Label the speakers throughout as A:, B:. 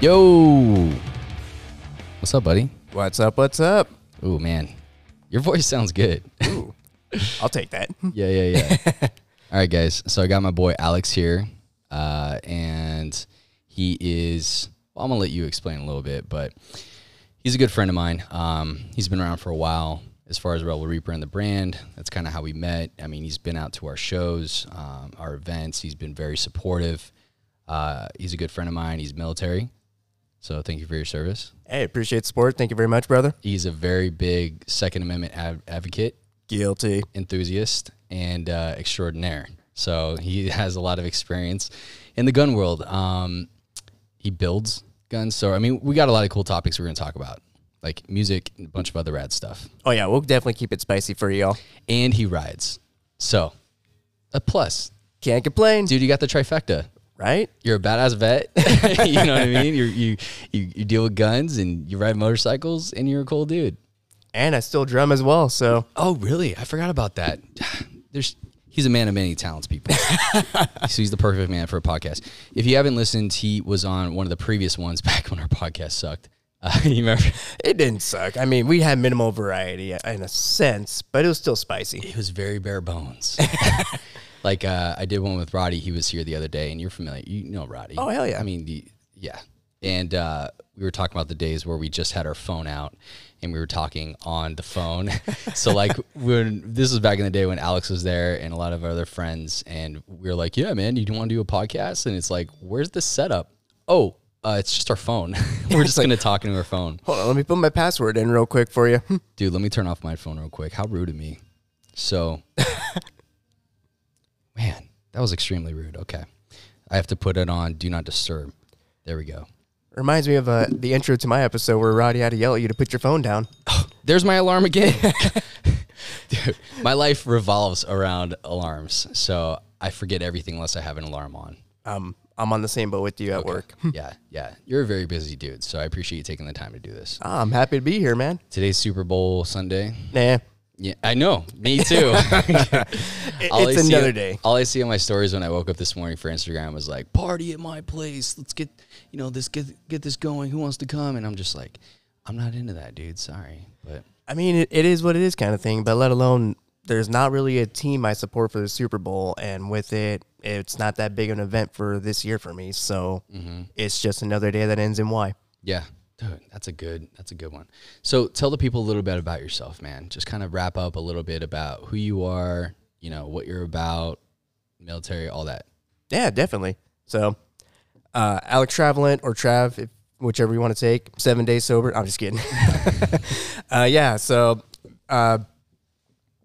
A: Yo, what's up, buddy?
B: What's up? What's up?
A: Ooh, man, your voice sounds good.
B: Ooh, I'll take that.
A: yeah, yeah, yeah. All right, guys. So I got my boy Alex here, uh, and he is. Well, I'm gonna let you explain a little bit, but he's a good friend of mine. Um, he's been around for a while as far as Rebel Reaper and the brand. That's kind of how we met. I mean, he's been out to our shows, um, our events. He's been very supportive. Uh, he's a good friend of mine. He's military, so thank you for your service.
B: Hey, appreciate the support. Thank you very much, brother.
A: He's a very big Second Amendment ad- advocate
B: Guilty.
A: enthusiast and uh, extraordinaire. So he has a lot of experience in the gun world. Um, he builds guns. So, I mean, we got a lot of cool topics we're going to talk about, like music and a bunch of other rad stuff.
B: Oh yeah, we'll definitely keep it spicy for y'all.
A: And he rides. So, a plus.
B: Can't complain,
A: Dude, you got the trifecta.
B: right?
A: You're a badass vet. you know what I mean? You're, you, you, you deal with guns and you ride motorcycles and you're a cool dude.
B: And I still drum as well, so
A: Oh, really? I forgot about that. There's he's a man of many talents, people. so he's the perfect man for a podcast. If you haven't listened, he was on one of the previous ones back when our podcast sucked. Uh, you remember?
B: it didn't suck. I mean, we had minimal variety in a sense, but it was still spicy.
A: It was very bare bones. like uh, I did one with Roddy. He was here the other day, and you're familiar. You know Roddy.
B: Oh, hell yeah.
A: I mean, the, yeah. And uh, we were talking about the days where we just had our phone out and we were talking on the phone. so like when this was back in the day when Alex was there and a lot of our other friends, and we were like, "Yeah, man, you want to do a podcast?" And it's like, "Where's the setup?" Oh. Uh, it's just our phone. We're just gonna talk into our phone,
B: Hold on, let me put my password in real quick for you.
A: dude. Let me turn off my phone real quick. How rude of me. So, man, that was extremely rude. Okay, I have to put it on do not disturb. There we go.
B: Reminds me of uh, the intro to my episode where Roddy had to yell at you to put your phone down.
A: There's my alarm again. Dude, my life revolves around alarms. So I forget everything unless I have an alarm on.
B: Um, I'm on the same boat with you at work.
A: yeah, yeah. You're a very busy dude. So I appreciate you taking the time to do this.
B: Ah, I'm happy to be here, man.
A: Today's Super Bowl Sunday.
B: Nah,
A: Yeah, I know. Me too. All I
B: it's
A: see-
B: another day.
A: All I see on my stories when I woke up this morning for Instagram was like, "Party at my place. Let's get, you know, this get get this going. Who wants to come?" And I'm just like, "I'm not into that, dude. Sorry, but
B: I mean, it, it is what it is kind of thing, but let alone there's not really a team I support for the Super Bowl. And with it, it's not that big of an event for this year for me. So it's just another day that ends in Y.
A: yeah, dude, that's a good that's a good one. So tell the people a little bit about yourself, man. Just kind of wrap up a little bit about who you are, you know, what you're about, military, all that.
B: Yeah, definitely. So, uh, Alex Travelant or Trav, if, whichever you want to take, seven days sober. I'm just kidding. uh, yeah, so uh,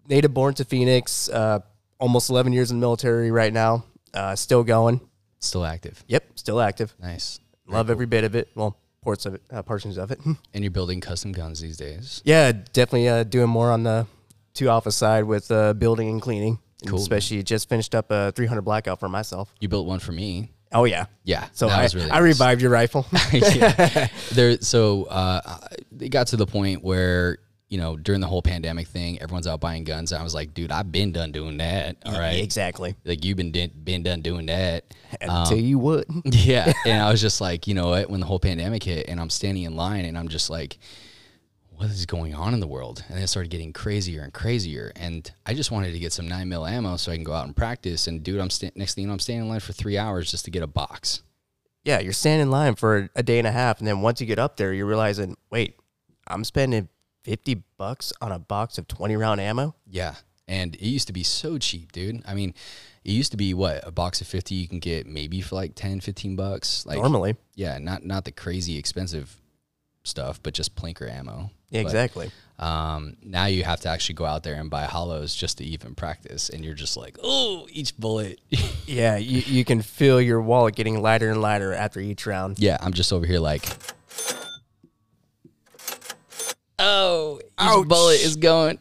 B: native born to Phoenix, uh, almost 11 years in the military right now, uh, still going.
A: Still active.
B: Yep, still active.
A: Nice.
B: Love every bit of it. Well, parts of it, uh, portions of it.
A: And you're building custom guns these days.
B: yeah, definitely uh, doing more on the two alpha side with uh, building and cleaning.
A: Cool, man.
B: Especially just finished up a 300 blackout for myself.
A: You built one for me.
B: Oh yeah,
A: Yeah.
B: So
A: that
B: I,
A: was really
B: I
A: nice.
B: revived your rifle.
A: yeah. there so uh it got to the point where you know during the whole pandemic thing everyone's out buying guns i was like dude i've been done doing that all right
B: exactly.
A: like you've been di- been done doing that Um,
B: I'll tell you what.
A: yeah and i was just like you know what when the whole pandemic hit and i'm standing in line and i'm just like what is going on in the world and then it started getting crazier and crazier and i just wanted to get some 9 mil ammo so i can go out and practice and dude i'm sta- next thing you know i'm standing in line for three hours just to get a box
B: Yeah, you're standing in line for a day and a half, and then once you get up there, you're realizing, wait, I'm spending fifty bucks on a box of twenty round ammo.
A: Yeah. And it used to be so cheap, dude. I mean, it used to be what, a box of 50 you can get maybe for like 10, 15 bucks. Like
B: Normally,
A: yeah, not not the crazy expensive stuff, but just plinker ammo.
B: yeah, exactly.
A: But, um now you have to actually go out there and buy hollows just to even practice and you're just like, "Oh, each bullet."
B: Yeah, you, you can feel your wallet getting lighter and lighter after each round.
A: yeah, I'm just over here like Oh, each
B: Ouch.
A: bullet is going.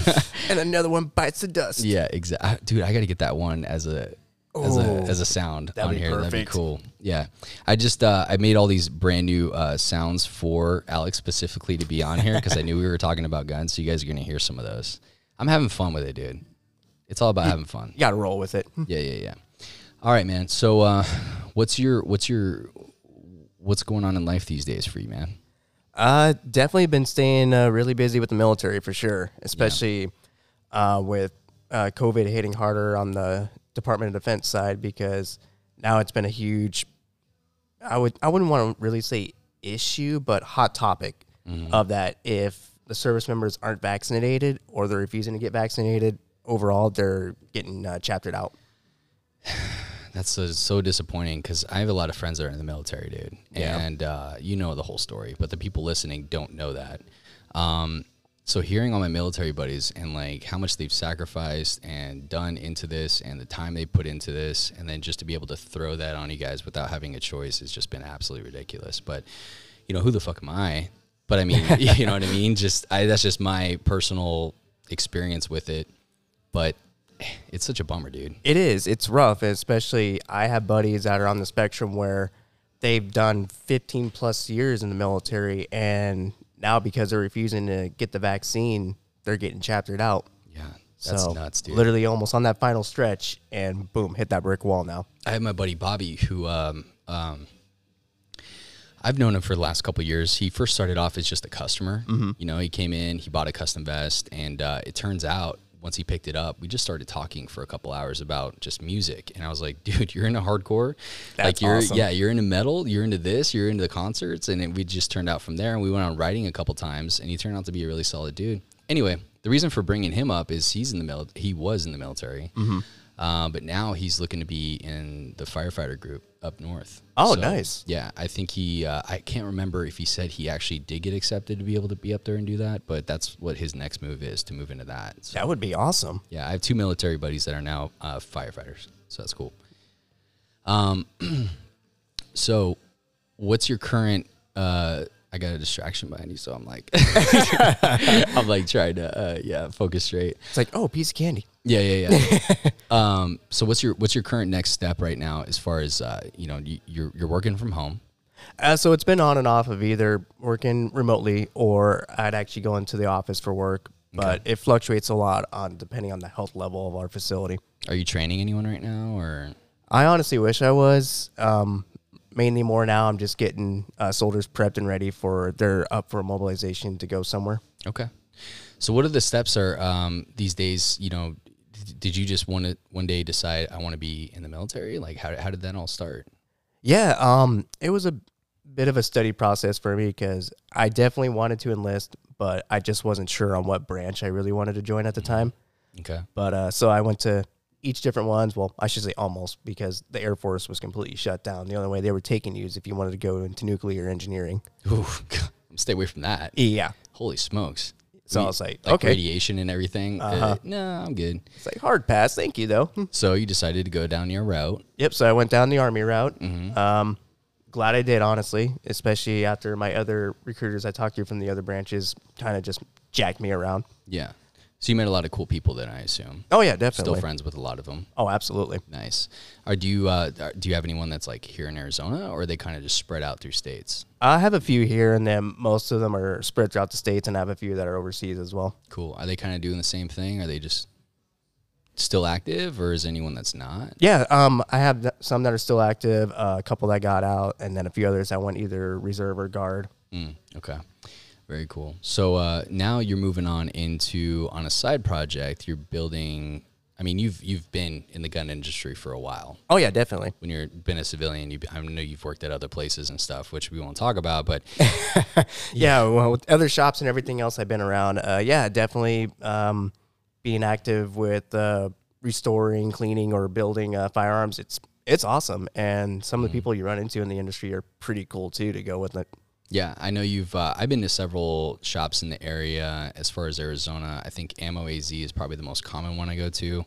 B: and another one bites the dust.
A: Yeah, exactly. Dude, I got to get that one as a as a
B: Oh,
A: as a sound
B: that'd
A: on
B: be
A: here. That'd
B: perfect.
A: be cool. Yeah, I just uh, I made all these brand new uh, sounds for Alex specifically to be on here because I knew we were talking about guns. So you guys are gonna hear some of those. I'm having fun with it, dude. It's all about having fun.
B: You gotta roll with it.
A: Yeah, yeah, yeah. All right, man. So uh, what's your what's your what's going on in life these days for you, man?
B: Uh, definitely been staying uh, really busy with the military for sure, especially uh, with uh, COVID hitting harder on the Department of Defense side because now it's been a huge. I would I wouldn't want to really say issue, but hot topic of that. If the service members aren't vaccinated or they're refusing to get vaccinated, overall they're getting uh, chaptered out.
A: That's so, so disappointing because I have a lot of friends that are in the military, dude.
B: Yeah.
A: And uh, you know the whole story, but the people listening don't know that. Um, so hearing all my military buddies and like how much they've sacrificed and done into this and the time they put into this, and then just to be able to throw that on you guys without having a choice has just been absolutely ridiculous. But you know, who the fuck am I? But I mean, you know what I mean? Just I, that's just my personal experience with it. But it's such a bummer, dude.
B: It is. It's rough, especially I have buddies that are on the spectrum where they've done 15 plus years in the military and now because they're refusing to get the vaccine, they're getting chaptered out.
A: Yeah, that's
B: so
A: nuts, dude.
B: literally almost on that final stretch and boom, hit that brick wall now.
A: I have my buddy Bobby, who um, um, I've known him for the last couple of years. He first started off as just a customer.
B: Mm-hmm.
A: You know, he came in, he bought a custom vest, and uh, it turns out once he picked it up, we just started talking for a couple hours about just music. And I was like, dude, you're into hardcore. like
B: That's
A: you're
B: awesome.
A: yeah, you're into metal, you're into this, you're into the concerts. And it, we just turned out from there and we went on writing a couple times and he turned out to be a really solid dude. Anyway, the reason for bringing him up is he's in the mil- he was in the military.
B: Mm-hmm.
A: Uh, but now he's looking to be in the firefighter group up north.
B: Oh, nice.
A: Yeah, I think he. Uh, I can't remember if he said he actually did get accepted to be able to be up there and do that, but that's what his next move is to move into that. So,
B: That would be awesome.
A: yeah, I have two military buddies that are now uh, firefighters, so that's cool. Um, so what's your current? Uh, I got a distraction behind you, so I'm like, I'm like trying to, uh, yeah, focus straight.
B: It's like, oh, piece of candy.
A: Yeah, yeah, yeah. um, so what's your what's your current next step right now as far as uh, you know you, you're you're working from home?
B: Uh, so it's been on and off of either working remotely or I'd actually go into the office for work, but it fluctuates a lot on depending on the health level of our facility.
A: Are you training anyone right now or
B: I honestly wish I was. Um, mainly more now, I'm just getting uh, soldiers prepped and ready for they're up for mobilization to go somewhere.
A: okay? So what are the steps are um, these days? You know, d- did you just want to one day decide I want to be in the military? Like how how did that all start?
B: Yeah, um, it was a bit of a study process for me because I definitely wanted to enlist, but I just wasn't sure on what branch I really wanted to join at the time.
A: Okay,
B: But uh, so I went to each different ones. Well, I should say almost because the Air Force was completely shut down. The only way they were taking you is if you wanted to go into nuclear engineering.
A: Ooh, stay away from that.
B: Yeah.
A: Holy smokes!
B: So I
A: Re-
B: was like,
A: like
B: okay.
A: radiation and everything. Uh, no, I'm good.
B: It's like hard pass. Thank you though.
A: So you decided to go down your route.
B: Yep. So I went down the army route.
A: Mm-hmm.
B: Um, glad I did, honestly, especially after my other recruiters I talked to from the other branches kind of just jacked me around.
A: Yeah. So you met a lot of cool people then, I assume.
B: Oh yeah,
A: Still
B: definitely.
A: friends with a lot of them.
B: Oh, absolutely.
A: Nice. Are do you uh, are- do you have anyone that's like here in Arizona, or are they kind of just spread out through states?
B: I have a few here and then most of them are spread throughout the states and I have a few that are overseas as well.
A: Cool. Are they kind of doing the same thing? Are they just still active, or is anyone that's not?
B: Yeah, um, I have th- some that are still active, uh, a couple that got out, and then a few others that went either reserve or guard.
A: Mm, okay. Very cool. So uh, now you're moving on into on a side project. You're building. I mean, you've you've been in the gun industry for a while.
B: Oh yeah, definitely.
A: When you're been a civilian, you I know you've worked at other places and stuff, which we won't talk about. But
B: Yeah, well, with other shops and everything else I've been around, uh, yeah, definitely um, being active with uh, restoring, cleaning, or building uh, firearms. It's it's awesome, and some of the people you run into in the industry are pretty cool too to go with it.
A: Yeah, I know you've. Uh, I've been to several shops in the area. As far as Arizona, I think Ammo AZ is probably the most common one I go to.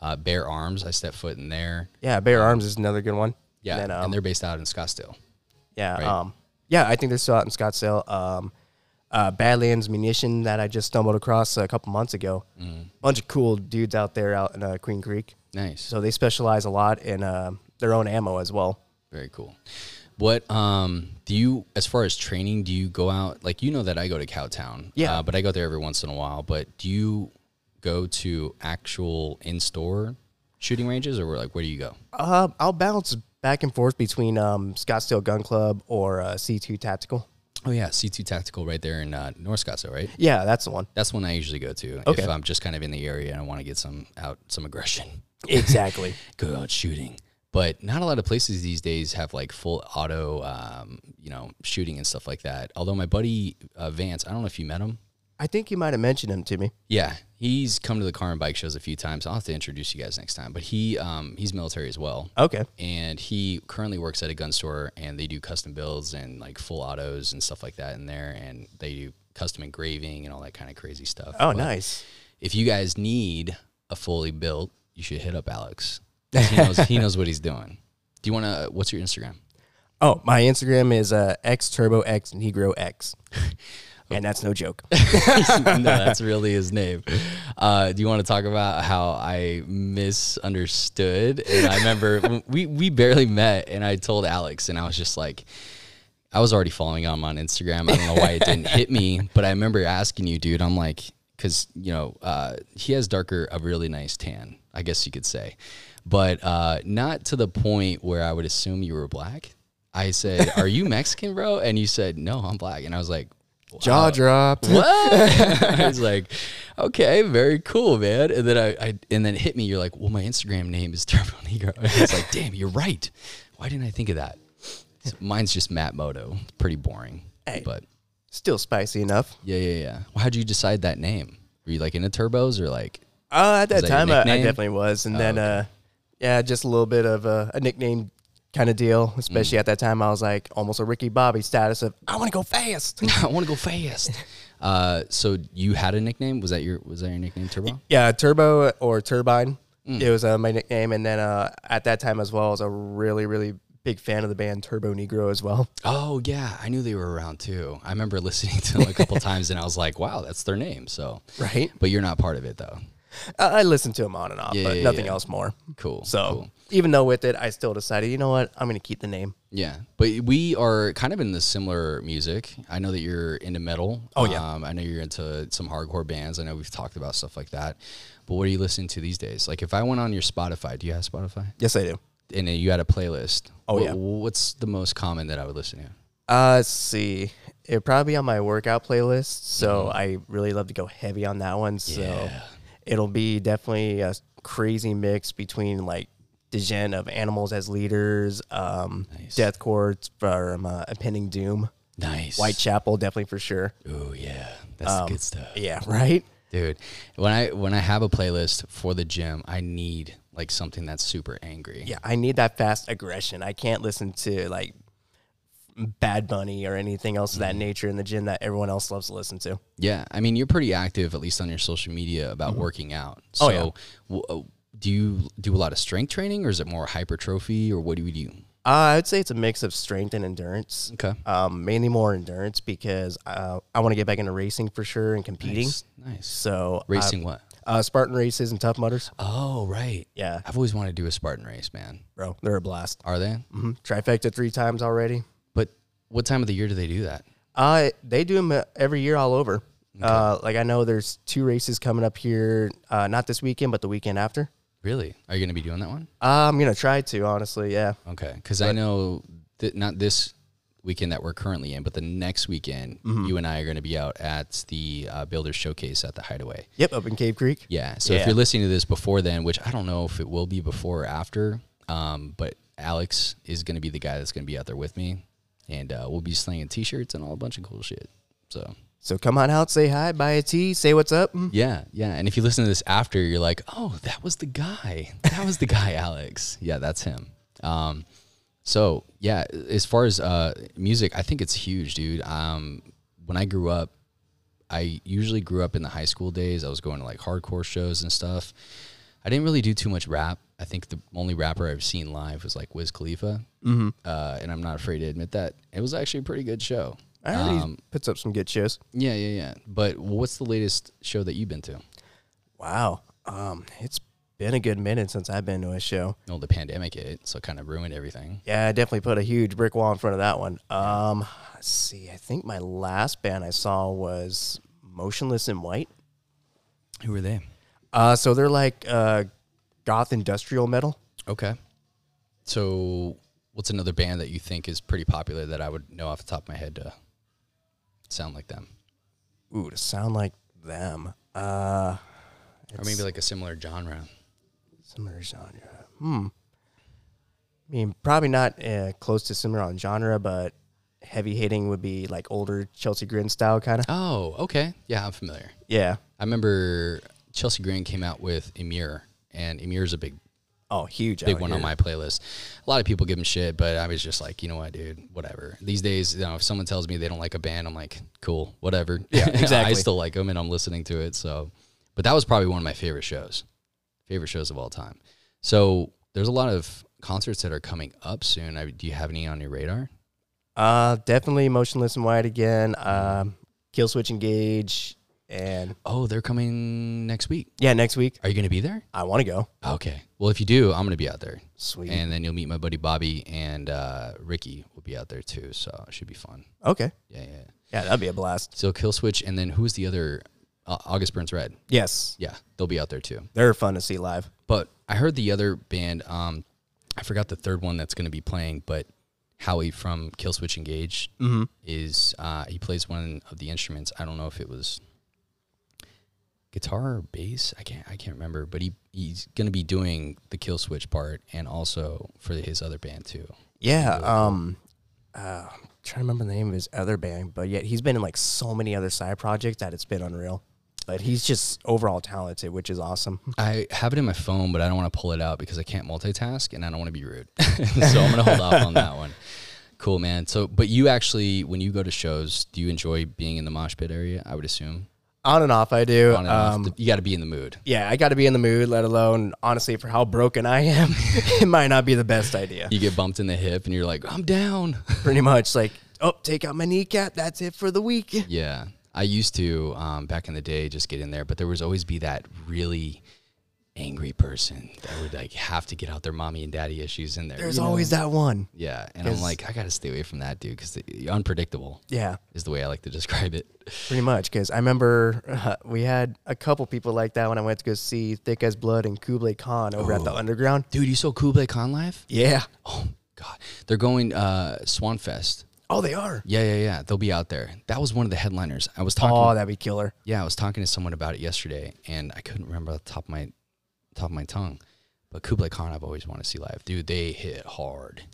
A: Uh, Bear Arms, I step foot in there.
B: Yeah, Bear Arms is another good one.
A: Yeah,
B: and, then, um,
A: and they're based out in Scottsdale.
B: yeah, um, yeah. I think they're still out in Scottsdale. Um, uh, Badlands Munition that I just stumbled across a couple months ago. Bunch of cool dudes out there out in uh, Queen Creek.
A: Nice,
B: So they specialize a lot in uh, their own ammo as well.
A: very cool. What um do you as far as training? Do you go out like you know that I go to Cowtown?
B: Yeah.
A: uh, but I go there every once in a while. But do you go to actual in store shooting ranges, or like where do you go?
B: Uh, I'll bounce back and forth between um, Scottsdale Gun Club or uh, C2 Tactical.
A: Oh yeah, C two Tactical right there in uh, North Scottsdale, right?
B: Yeah, that's the one.
A: That's one I usually go to
B: Okay.
A: if I'm just kind of in the area and I want to get some out some aggression,
B: Exactly.
A: go out shooting. But not a lot of places these days have like full auto, um, you know, shooting and stuff like that. Although my buddy uh, Vance, I don't know if you met him.
B: I think you might have mentioned him to me.
A: Yeah, he's come to the car and bike shows a few times. I'll have to introduce you guys next time. But he um, he's military as well.
B: Okay.
A: and he currently works at a gun store and they do custom builds and like full autos and stuff like that in there and they do custom engraving and all that kind of crazy stuff
B: Oh,
A: But
B: nice.
A: if you guys need a fully built you should hit up alex 'Cause he knows, he knows what he's doing do you want to what's your instagram
B: Oh, my Instagram is uh, X Turbo X Negro X, and that's no joke.
A: no that's really his name uh, do you want to talk about how i misunderstood and i remember when we, we barely met and i told alex and i was just like I was already following him on Instagram. I don't know why it didn't hit me, but I remember asking you, dude. I'm like, because you know, uh, he has darker, a really nice tan, I guess you could say, but uh, not to the point where I would assume you were black. I said, "Are you Mexican, bro?" And you said, "No, I'm black." And I was like,
B: Jaw dropped.
A: what? I was like, okay, very cool, man. And then I, I and then it hit me. You're like, well, my Instagram name is Turbo Negro. And I was like, damn, you're right. Why didn't I think of that? So mine's just Matt Moto. It's pretty boring.
B: Hey.
A: But
B: Still spicy enough.
A: yeah, yeah, yeah. Well, how'd you decide that name? Were you like into turbos or like?
B: Uh, at that
A: that your
B: time, I, I
A: nickname?
B: definitely was, and then uh, yeah, just a little bit of a, a nickname kind of deal. Especially
A: Mm.
B: at that time, I was like almost a Ricky Bobby status of I want to go fast.
A: I want to go fast. Uh, so you had a nickname? Was that your was that your nickname, Turbo?
B: yeah, Turbo or Turbine. It was uh, my nickname, and then uh, at that time as well, I was a really really big fan of the band Turbo Negro as well.
A: Oh yeah, I knew they were around too. I remember listening to them a couple times, and I was like, wow, that's their name. So
B: Right.
A: But you're not part of it though.
B: Uh, I listened to them on and off,
A: Yeah,
B: but
A: yeah,
B: nothing
A: yeah.
B: else more.
A: Cool.
B: So
A: cool.
B: even though with it, I still decided, you know what, I'm gonna keep the name.
A: Yeah, but we are kind of in the similar music. I know that you're into metal.
B: Oh, yeah.
A: um, I know you're into some hardcore bands. I know we've talked about stuff like that. But what are you listening to these days? Like, if I went on your Spotify, do you have Spotify?
B: Yes, I do.
A: And then you had a playlist.
B: Oh,
A: wh-
B: yeah.
A: What's the most common that I would listen to?
B: Uh, let's see, it probably be on my workout playlist, so I really love to go heavy on that one. So
A: Mm-hmm. Yeah.
B: it'll be definitely a crazy mix between like the gen of animals as leaders, um,
A: Nice.
B: deathcore from uh, impending doom,
A: Nice.
B: Whitechapel, definitely for sure.
A: Oh yeah, that's
B: Um,
A: the good stuff.
B: Yeah, right.
A: dude when i when i have a playlist for the gym i need like something that's super angry
B: Yeah, I need that fast aggression. I can't listen to like Bad Bunny or anything else
A: Mm-hmm.
B: of that nature in the gym that everyone else loves to listen to.
A: yeah i mean you're pretty active at least on your social media about working out so
B: Oh, yeah.
A: w- uh, do you do a lot of strength training or is it more hypertrophy or what do you do
B: Uh, I would say it's a mix of strength and endurance.
A: okay
B: Um, mainly more endurance because uh, I want to get back into racing for sure and competing.
A: nice, nice.
B: So uh,
A: racing what
B: uh, Spartan races and Tough Mudders.
A: oh right
B: Yeah,
A: i've always wanted to do a spartan race man
B: bro, they're a blast.
A: are they
B: hmm Trifecta three times already.
A: but what time of the year do they do that
B: Uh, they do them every year all over. Uh, like I know there's two races coming up here, uh, not this weekend, but the weekend after.
A: really are you going to be doing that one
B: Uh, I'm gonna try to honestly, yeah.
A: Okay, because I know that not this weekend that we're currently in, but the next weekend,
B: Mm-hmm.
A: you and I are going to be out at the uh, Builders Showcase at the Hideaway.
B: Yep, up in Cave Creek.
A: Yeah. So
B: Yeah.
A: if you're listening to this before then, which I don't know if it will be before or after, um, but Alex is going to be the guy that's going to be out there with me, and uh, we'll be slinging T-shirts and all a bunch of cool shit. So
B: So come on out, say hi, buy a tea, say what's up. Mm.
A: yeah, yeah. And if you listen to this after, you're like, oh, that was the guy. That was the guy, Alex. Yeah, that's him. Um, so yeah, as far as uh, music, I think it's huge, dude. Um, when I grew up, I usually grew up in the high school days. I was going to like hardcore shows and stuff. I didn't really do too much rap. I think the only rapper I've seen live was like Wiz Khalifa, mm-hmm. uh, and I'm not afraid to admit that it was actually a pretty good show.
B: I heard
A: Um,
B: he puts up some good shows.
A: Yeah, yeah, yeah. But what's the latest show that you've been to?
B: Wow, um, it's been a good minute since I've been to a show.
A: well, the pandemic hit, so it kind of ruined everything.
B: Yeah, I definitely put a huge brick wall in front of that one. Um, let's see, I think my last band I saw was Motionless in White.
A: Who were they?
B: Uh, so they're like uh, goth industrial metal.
A: Okay. So what's another band that you think is pretty popular that I would know off the top of my head to sound like them,
B: Ooh, to sound like them. Uh,
A: or maybe like a similar genre?
B: similar genre. Hmm. I mean, probably not uh, close to similar on genre, but heavy hitting would be like older Chelsea Grin style kind of.
A: Oh, okay, yeah, I'm familiar.
B: Yeah.
A: I remember Chelsea Green came out with Emir, and Emir's a big
B: Oh, huge.
A: big
B: out
A: one on
B: here.
A: my playlist. A lot of people give him shit, but I was just like, you know what, dude, whatever. These days, you know, if someone tells me they don't like a band, I'm like, cool, whatever.
B: Yeah,
A: I
B: exactly.
A: still like them, and I'm listening to it. So, but that was probably one of my favorite shows, favorite shows of all time. So there's a lot of concerts that are coming up soon. I, do you have any on your radar?
B: Uh, definitely motionless and white again. Um, kill switch engage, and
A: Oh, they're coming next week.
B: yeah, next week
A: Are you going to be there?
B: I want to go.
A: Okay. Well, if you do, I'm going to be out there.
B: Sweet.
A: And then you'll meet my buddy Bobby and uh, Ricky will be out there too. So it should be fun.
B: okay.
A: Yeah, yeah.
B: Yeah, that'd be a blast.
A: So Kill Switch, and then who is the other? Uh, August Burns Red.
B: Yes,
A: Yeah, they'll be out there too.
B: they're fun to see live.
A: But I heard the other band. Um, I forgot the third one that's going to be playing, but Howie from Kill Switch Engage is uh, he plays one of the instruments. I don't know if it was guitar or bass. I can't I can't remember. But he he's going to be doing the Kill Switch part and also for his other band too.
B: Yeah. Um, uh, I'm trying to remember the name of his other band, but yet he's been in like so many other side projects that it's been unreal. But he's just overall talented, which is awesome.
A: I have it in my phone, but I don't want to pull it out because I can't multitask and I don't want to be rude. so I'm going to hold off on that one. Cool, man. So, but you actually, when you go to shows, do you enjoy being in the mosh pit area? I would assume.
B: On and off, I do.
A: On and off.
B: Um,
A: The- you got to be in the mood.
B: yeah, I got to be in the mood. Let alone, honestly, for how broken I am, it might not be the best idea.
A: You get bumped in the hip and you're like, I'm down.
B: pretty much like oh take out my kneecap that's it for the week
A: yeah. I used to, um, back in the day, just get in there, but there was always be that really angry person that would like have to get out their mommy and daddy issues in there.
B: there's
A: you know?
B: always that one
A: Yeah. And I'm like, I got to stay away from that dude because unpredictable.
B: yeah
A: is the way I like to describe it.
B: pretty much because i remember uh, we had a couple people like that when i went to go see thick as blood and kublai khan over
A: Oh.
B: at the underground
A: Dude, you saw Kublai Khan live?
B: yeah
A: Oh God, they're going uh, Swanfest.
B: oh they are
A: Yeah, yeah, yeah. They'll be out there. That was one of the headliners. I was talking.
B: oh that'd be killer
A: Yeah, I was talking to someone about it yesterday, and I couldn't remember off the top of my top of my tongue. But Kublai Khan, I've always wanted to see live. Dude, they hit hard.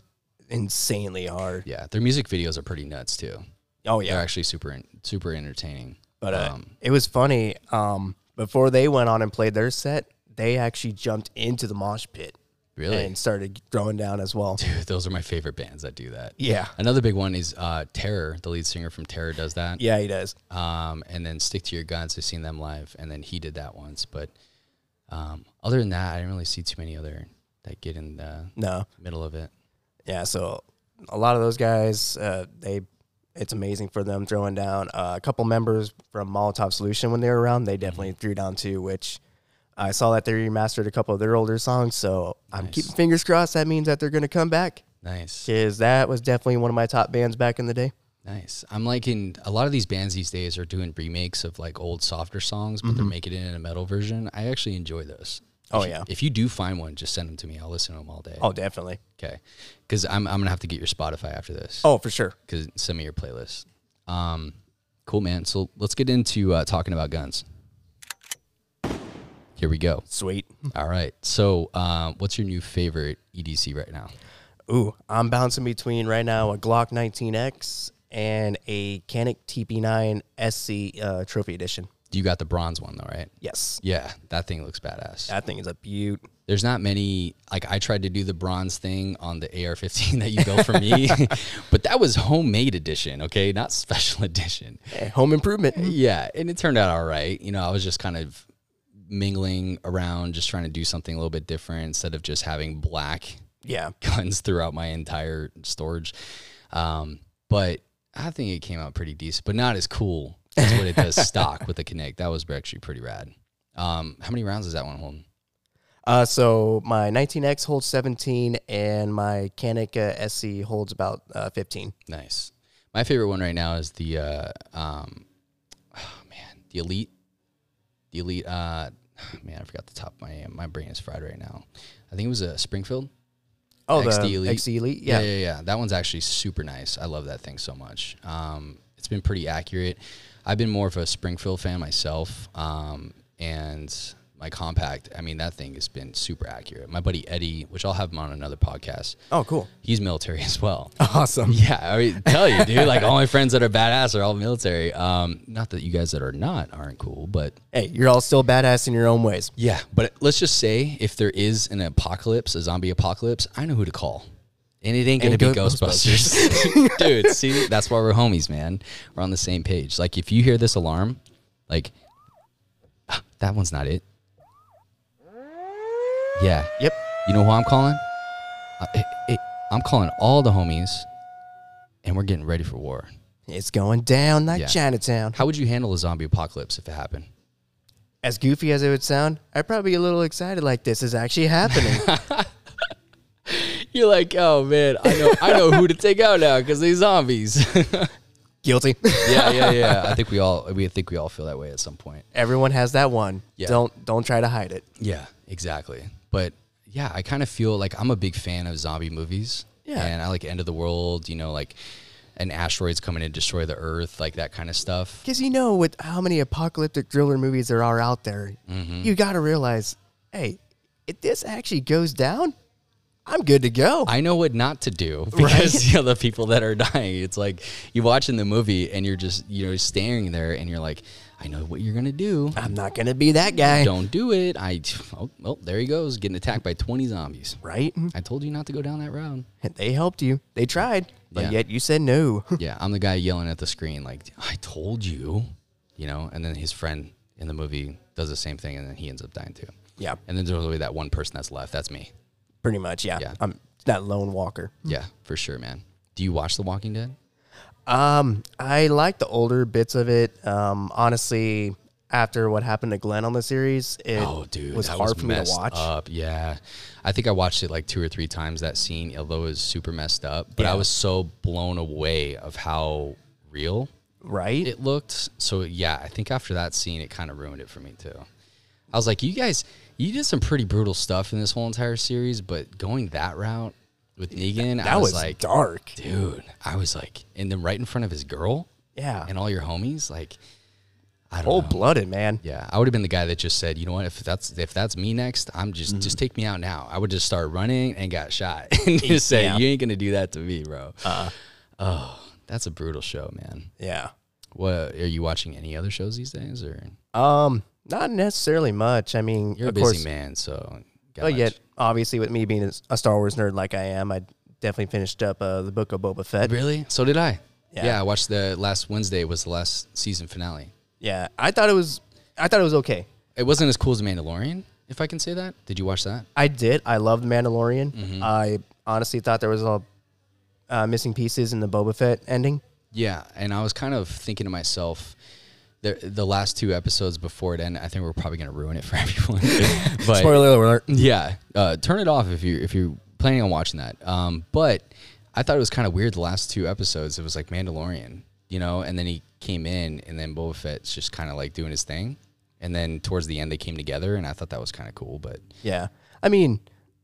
B: insanely hard
A: Yeah, their music videos are pretty nuts too.
B: oh
A: They're
B: yeah
A: actually super en- super entertaining.
B: but uh,
A: um,
B: it was funny um, before they went on and played their set they actually jumped into the mosh pit
A: Really?
B: and started throwing down as well
A: Dude, those are my favorite bands that do that.
B: yeah
A: Another big one is uh, Terror. The lead singer from Terror does that.
B: yeah he does
A: um, and then stick to your guns. I've seen them live, and then he did that once. But um, other than that, I didn't really see too many other that get in the
B: no
A: middle of it.
B: yeah so a lot of those guys uh, they it's amazing for them throwing down uh, a couple members from molotov solution when they were around they definitely threw down too which i saw that they remastered a couple of their older songs so i'm keeping fingers crossed that means that they're going to come back
A: Nice,
B: because that was definitely one of my top bands back in the day
A: nice. I'm liking a lot of these bands these days are doing remakes of like old softer songs, but they're making it in a metal version. I actually enjoy those.
B: Mm-hmm. Oh,
A: If you-
B: yeah.
A: If you do find one, just send them to me. I'll listen to them all day.
B: oh definitely
A: Okay, because I'm I'm gonna have to get your Spotify after this.
B: oh for sure
A: because send me your playlist. Um, cool, man. So let's get into uh, talking about guns. Here we go.
B: sweet
A: All right. So, um, what's your new favorite EDC right now?
B: ooh i'm bouncing between right now a glock 19x and a canic tp9 sc uh, trophy edition
A: You got the bronze one though, right?
B: yes
A: Yeah, that thing looks badass.
B: that thing is a beaut
A: There's not many. Like I tried to do the bronze thing on the AR-15 that you built for me, but that was homemade edition. Okay, not special edition.
B: Hey, home improvement
A: Yeah, and it turned out all right. You know, I was just kind of mingling around, just trying to do something a little bit different instead of just having black
B: Yeah.
A: guns throughout my entire storage. Um, but I think it came out pretty decent, but not as cool as what it does stock with the Kinect. That was actually pretty rad. Um, how many rounds does that one hold?
B: Uh, so my 19X holds 17 and my Canica SC holds about uh, 15.
A: Nice. My favorite one right now is the uh, um, oh man, the elite, the elite. Uh, man, I forgot the top. of My my brain is fried right now. I think it was a uh, Springfield.
B: Oh,
A: XD
B: the
A: Elite.
B: XD Elite.
A: Yeah.
B: Yeah.
A: yeah, yeah, That one's actually super nice. I love that thing so much. Um, it's been pretty accurate. I've been more of a Springfield fan myself, um, and my compact. I mean, that thing has been super accurate. My buddy Eddie, which I'll have him on another podcast.
B: Oh, cool.
A: He's military as well.
B: Awesome.
A: Yeah, I mean, tell you, dude. Like all my friends that are badass are all military. Um, not that you guys that are not aren't cool, but
B: Hey, you're all still badass in your own ways.
A: yeah. But let's just say if there is an apocalypse, a zombie apocalypse, I know who to call, and it ain't gonna
B: Ain't
A: be
B: go-
A: Ghostbusters, dude. See, that's why we're homies, man. We're on the same page. Like if you hear this alarm, like "Ah, that one's not it. Yeah,
B: Yep.
A: you know who I'm calling? Uh, eh, eh, I'm calling all the homies, and we're getting ready for war.
B: It's going down like
A: Yeah.
B: Chinatown.
A: How would you handle a zombie apocalypse if it happened?
B: As goofy as it would sound, I'd probably be a little excited like this is actually happening.
A: You're like, oh man, I know, I know who to take out now because these zombies.
B: Guilty.
A: yeah, yeah, yeah. I think we all, we think we all feel that way at some point.
B: Everyone has that one.
A: Yeah.
B: Don't don't try to hide it.
A: Yeah, exactly. But yeah, I kind of feel like I'm a big fan of zombie movies.
B: Yeah.
A: and I like End of the World. You know, like an asteroid's coming to destroy the Earth, like that kind of stuff.
B: Because you know, with how many apocalyptic thriller movies there are out there,
A: Mm-hmm.
B: you got to realize, hey, if this actually goes down, I'm good to go.
A: I know what not to do because you know the people that are dying. It's like you watching the movie and you're just you know staring there and you're like, I know what you're gonna do.
B: I'm not gonna be that guy,
A: Don't do it. I oh, well there he goes getting attacked by twenty zombies.
B: right?
A: I told you not to go down that road.
B: They helped you. They tried, but
A: Yeah.
B: yet you said no.
A: yeah, I'm the guy yelling at the screen like I told you, you know. And then his friend in the movie does the same thing and then he ends up dying too.
B: yeah,
A: And then there's only that one person that's left. That's me.
B: pretty much. Yeah,
A: Yeah.
B: I'm that lone walker.
A: Yeah, for sure, man. Do you watch The Walking Dead?
B: Um, I like the older bits of it. Um, honestly, after what happened to Glenn on the series, it
A: Oh, dude,
B: was
A: that
B: hard for me to
A: messed
B: watch.
A: Up. Yeah, I think I watched it like two or three times that scene, although it was super messed up. But I
B: Yeah.
A: was so blown away of how real
B: Right?
A: it looked. So yeah, I think after that scene, it kind of ruined it for me too. I was like, you guys, you did some pretty brutal stuff in this whole entire series, but going that route with Negan,
B: that
A: I was,
B: was
A: like,
B: dark.
A: dude, I was like, and then right in front of his girl
B: Yeah,
A: and uh, all your homies, like, I don't know.
B: cold blooded man.
A: Yeah, I would have been the guy that just said, you know what, if that's if that's me next, I'm just
B: Mm-hmm.
A: just take me out now. I would just start running and got shot and just say,
B: Yeah. Uh-uh.
A: you ain't gonna do that to me, bro. oh, that's a brutal show, man.
B: Yeah.
A: What are you watching? Any other shows these days, or
B: Um, not necessarily much. I mean,
A: you're
B: of
A: a busy
B: course,
A: man, so got
B: but
A: much-
B: yet obviously with me being a Star Wars nerd like I am, I definitely finished up uh, the book of Boba Fett.
A: really? So did I. Yeah.
B: Yeah.
A: I watched the last Wednesday was the last season finale.
B: Yeah, I thought it was, I thought it was okay.
A: It wasn't as cool as Mandalorian, if I can say that. Did you watch that?
B: I did. I loved Mandalorian.
A: Mm-hmm.
B: I honestly thought there was a uh, missing pieces in the Boba Fett ending.
A: Yeah, and I was kind of thinking to myself, the the last two episodes before it ended, I think we're probably gonna ruin it for everyone. but
B: Spoiler alert.
A: yeah, uh, turn it off if you if you're planning on watching that. Um, but I thought it was kind of weird the last two episodes. It was like Mandalorian, you know, and then he came in, and then Boba Fett's just kind of like doing his thing, and then towards the end they came together, and I thought that was kind of cool. But
B: Yeah. I mean,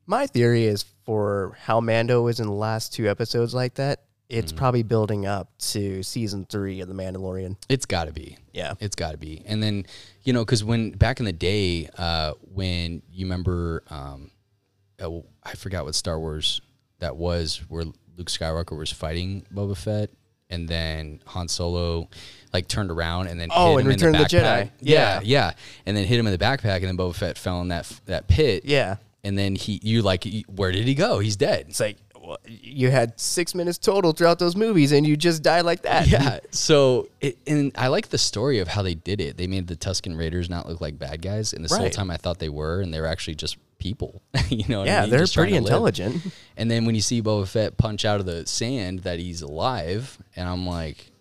B: my theory is for how Mando is in the last two episodes like that, it's
A: Mm.
B: probably building up to season three of The Mandalorian.
A: it's got to be.
B: Yeah.
A: It's got to be. And then, you know, because when back in the day, uh, when you remember, um, uh, I forgot what Star Wars that was, where Luke Skywalker was fighting Boba Fett, and then Han Solo like turned around and then
B: Oh,
A: hit
B: in
A: him
B: Return
A: in
B: of
A: the,
B: the Jedi.
A: backpack. yeah, yeah, and then hit him in the backpack, and then Boba Fett fell in that that pit.
B: Yeah.
A: and then he, you like, you- where did he go? He's dead.
B: It's like well, you had six minutes total throughout those movies, and you just died like that.
A: Yeah. So, it, and I like the story of how they did it. They made the Tuscan Raiders not look like bad guys, and this whole
B: Right.
A: time I thought they were, and they were actually just people. you know? what I
B: Yeah,
A: mean?
B: they're
A: Just trying
B: pretty
A: to live.
B: intelligent.
A: And then when you see Boba Fett punch out of the sand that he's alive, and I'm like,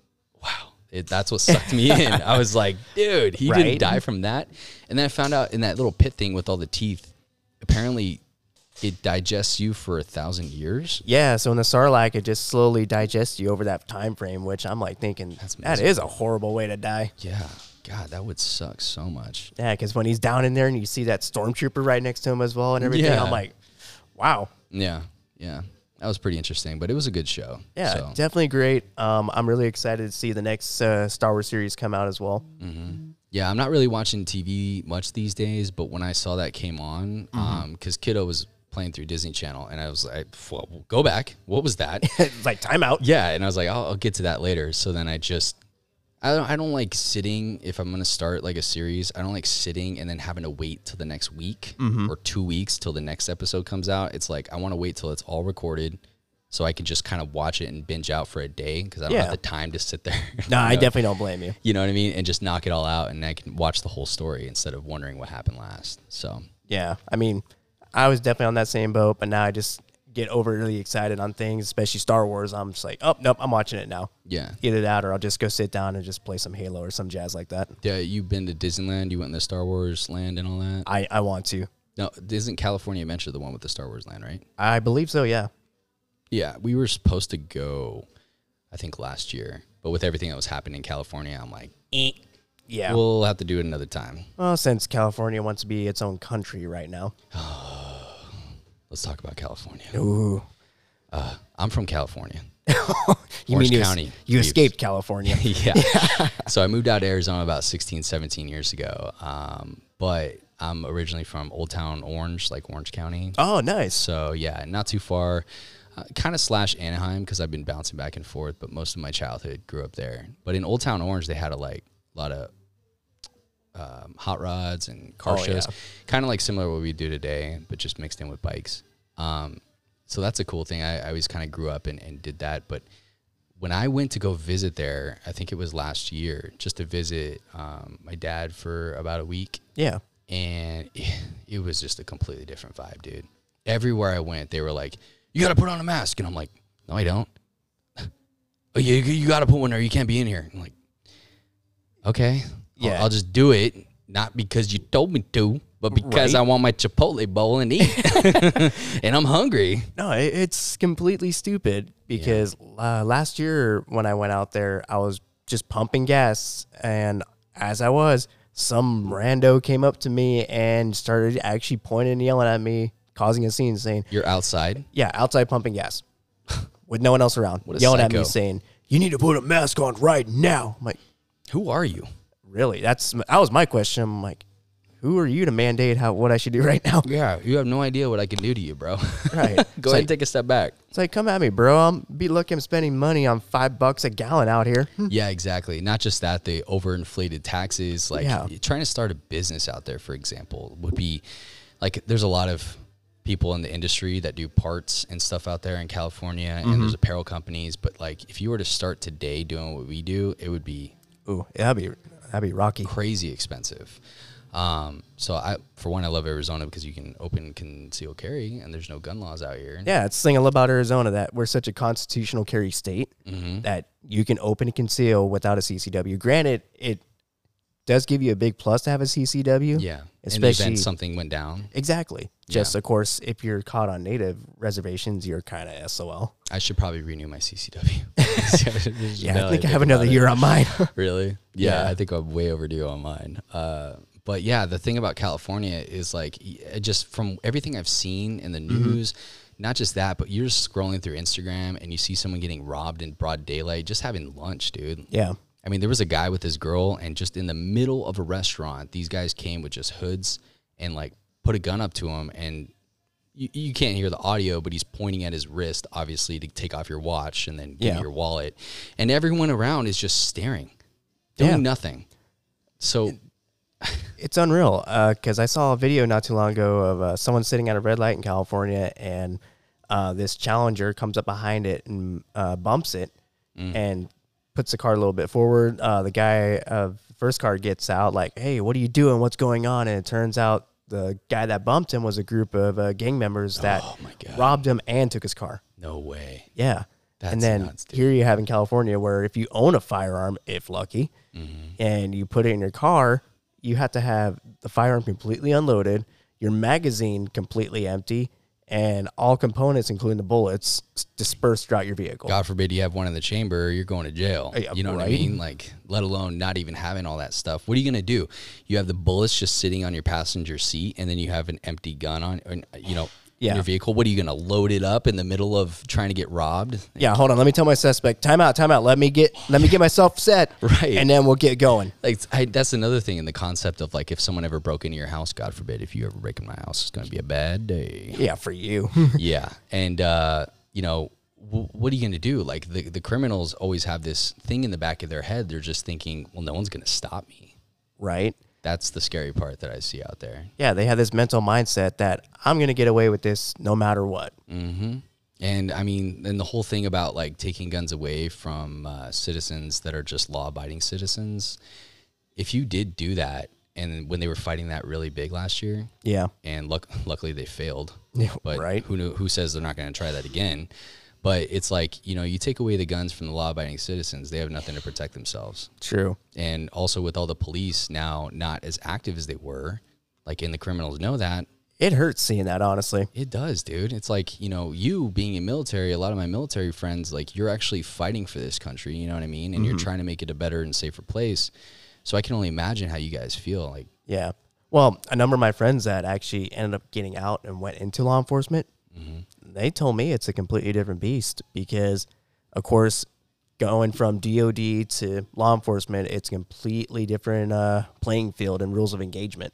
A: wow, it, that's what sucked me in. I was like, dude, he didn't
B: Right.
A: die from that. And then I found out in that little pit thing with all the teeth, apparently. It digests you for a thousand years.
B: Yeah, so in the Sarlacc, it just slowly digests you over that time frame, which I'm like thinking that is a horrible way to die.
A: Yeah, God, that would suck so much.
B: Yeah, because when he's down in there and you see that stormtrooper right next to him as well and everything,
A: Yeah.
B: I'm like, wow,
A: Yeah. yeah, that was pretty interesting, but it was a good show.
B: Yeah,
A: So,
B: definitely great. Um, I'm really excited to see the next uh, Star Wars series come out as well.
A: Mm. yeah, I'm not really watching TV much these days, but when I saw that came on, because Kiddo was playing through Disney Channel, and I was like, well, go back. What was that?
B: It's like time out.
A: yeah, and I was like, I'll, I'll get to that later. So then I just, I don't, I don't like sitting if I'm gonna start like a series. I don't like sitting and then having to wait till the next week or two weeks till the next episode comes out. It's like I want to wait till it's all recorded, so I can just kind of watch it and binge out for a day because I don't
B: Yeah.
A: have the time to sit there.
B: No, I
A: You know?
B: definitely don't blame you.
A: You know what I mean, and just knock it all out, and I can watch the whole story instead of wondering what happened last. So
B: Yeah, I mean, I was definitely on that same boat, but now I just get overly excited on things, especially Star Wars. I'm just like, oh nope, I'm watching it now.
A: yeah,
B: Either that, or I'll just go sit down and just play some Halo or some jazz like that.
A: yeah. You've been to Disneyland. You went in the Star Wars land and all that.
B: I I want to.
A: No, isn't California Adventure the one with the Star Wars land, right?
B: I believe so. Yeah.
A: Yeah, we were supposed to go, I think last year, but with everything that was happening in California, I'm like,
B: Yeah. Well,
A: Eh. we'll have to do it another time.
B: since California wants to be its own country right now.
A: Let's talk about California. Uh,
B: Ooh.
A: I'm from California.
B: You
A: Orange
B: mean you,
A: County.
B: you
A: Beeps.
B: escaped California?
A: yeah. so I moved out to Arizona about 16, 17 years ago. Um, but I'm originally from Old Town Orange, like Orange County.
B: oh, nice.
A: So yeah, not too far. Uh, kind of slash Anaheim because I've been bouncing back and forth, but most of my childhood grew up there. But in Old Town Orange, they had a like a lot of um, hot rods and car
B: Oh,
A: shows,
B: yeah.
A: kind of like similar to what we do today, but just mixed in with bikes. Um, so that's a cool thing. I, I always kind of grew up and, and did that. But when I went to go visit there, I think it was last year, just to visit um, my dad for about a week
B: Yeah.
A: and it was just a completely different vibe, dude. Everywhere I went, they were like, "You got to put on a mask," and I'm like, "No, I don't." "Oh, you you got to put one, or you can't be in here. I'm like, okay, yeah,
B: Yeah.
A: I'll, I'll just do it, not because you told me to, but because
B: Right.
A: I want my Chipotle bowl and eat, and I'm hungry.
B: No, it, it's completely stupid because uh, last year when I went out there, I was just pumping gas, and as I was, some rando came up to me and started actually pointing and yelling at me, causing a scene, saying,
A: You're outside.
B: "Yeah, outside pumping gas," with no one else around,
A: a
B: yelling at
A: psycho.
B: me, saying, "You need to put a mask on right now." I'm like,
A: Who are you?
B: "Really?" That's that was my question. I'm like, "Who are you to mandate how what I should do right now?"
A: Yeah, you have no idea what I can do to you, bro.
B: Right.
A: Go ahead, and take a step back.
B: It's like, come at me, bro. I'm be looking spending money on five bucks a gallon out here.
A: Yeah, exactly. Not just that, they overinflated taxes. Like
B: Yeah.
A: trying to start a business out there, for example, would be like there's a lot of people in the industry that do parts and stuff out there in California
B: Mm-hmm.
A: and there's apparel companies. But like if you were to start today doing what we do, it would be
B: Ooh, that'd be that'd be rocky.
A: crazy expensive. Um, so I for one I love Arizona because you can open conceal carry and there's no gun laws out here.
B: Yeah, it's the thing I love about Arizona that we're such a constitutional carry state that you can open and conceal without a CCW. Granted, it does give you a big plus to have a CCW.
A: Yeah. in the
B: Especially-
A: event something went down.
B: Exactly. Just of course, if you're caught on native reservations, you're kind of SOL.
A: I should probably renew my CCW. yeah,
B: Yeah, I think I have another year on mine.
A: really? Yeah,
B: Yeah.
A: I think I'm way overdue on mine. Uh, but yeah, the thing about California is like y- uh, just from everything I've seen in the news, not just that, but you're just scrolling through Instagram and you see someone getting robbed in broad daylight, just having lunch, dude.
B: yeah.
A: I mean, there was a guy with his girl, and just in the middle of a restaurant, these guys came with just hoods and like put a gun up to him. And you, you can't hear the audio, but he's pointing at his wrist, obviously, to take off your watch and then give
B: Yeah.
A: you your wallet. And everyone around is just staring, doing
B: Yeah.
A: nothing. So,
B: It's unreal because I saw a video not too long ago of uh, someone sitting at a red light in California, and uh, this Challenger comes up behind it and uh, bumps it
A: Mm.
B: and puts the car a little bit forward. Uh, the guy of the first car gets out, like, "Hey, what are you doing? What's going on?" And it turns out the guy that bumped him was a group of uh, gang members that
A: Oh, my God.
B: robbed him and took his car.
A: no way.
B: Yeah.
A: That's
B: and then
A: nuts, dude.
B: here you have in California where if you own a firearm, if lucky,
A: Mm-hmm.
B: and you put it in your car, you have to have the firearm completely unloaded, your magazine completely empty, and all components, including the bullets, s- dispersed throughout your vehicle.
A: God forbid you have one in the chamber, you're going to jail.
B: Yeah,
A: you know what I
B: right.
A: mean? Like, let alone not even having all that stuff. What are you going to do? You have the bullets just sitting on your passenger seat, and then you have an empty gun on, and, you know,
B: Yeah.
A: your vehicle. What are you going to load it up in the middle of trying to get robbed?
B: Yeah, hold on. Let me tell my suspect. Time out. Time out. Let me get. Let me get myself set.
A: Right.
B: and then we'll get going.
A: Like I, that's another thing in the concept of like if someone ever broke into your house, God forbid, if you ever break in my house, it's going to be a bad day.
B: Yeah, for you.
A: yeah, and uh, you know w- what are you going to do? Like the the criminals always have this thing in the back of their head. They're just thinking, well, no one's going to stop me.
B: right.
A: That's the scary part that I see out there.
B: Yeah, they have this mental mindset that I'm gonna get away with this no matter what.
A: Mm. And I mean, and the whole thing about like taking guns away from uh, citizens that are just law abiding citizens. If you did do that, and when they were fighting that really big last year,
B: Yeah.
A: and luck- luckily they failed.
B: Yeah,
A: but
B: right.
A: Who knew, who says they're not going to try that again? But it's like you know, you take away the guns from the law abiding citizens, they have nothing to protect themselves.
B: True.
A: And also with all the police now not as active as they were, like and the criminals know that
B: It hurts seeing that, honestly.
A: it does, dude. It's like, you know, you being in military, a lot of my military friends, like you're actually fighting for this country, you know what I mean? And you're trying to make it a better and safer place. So I can only imagine how you guys feel. Like,
B: Yeah. Well, a number of my friends that actually ended up getting out and went into law enforcement, they told me it's a completely different beast because, of course, going from DOD to law enforcement, it's a completely different uh, playing field and rules of engagement.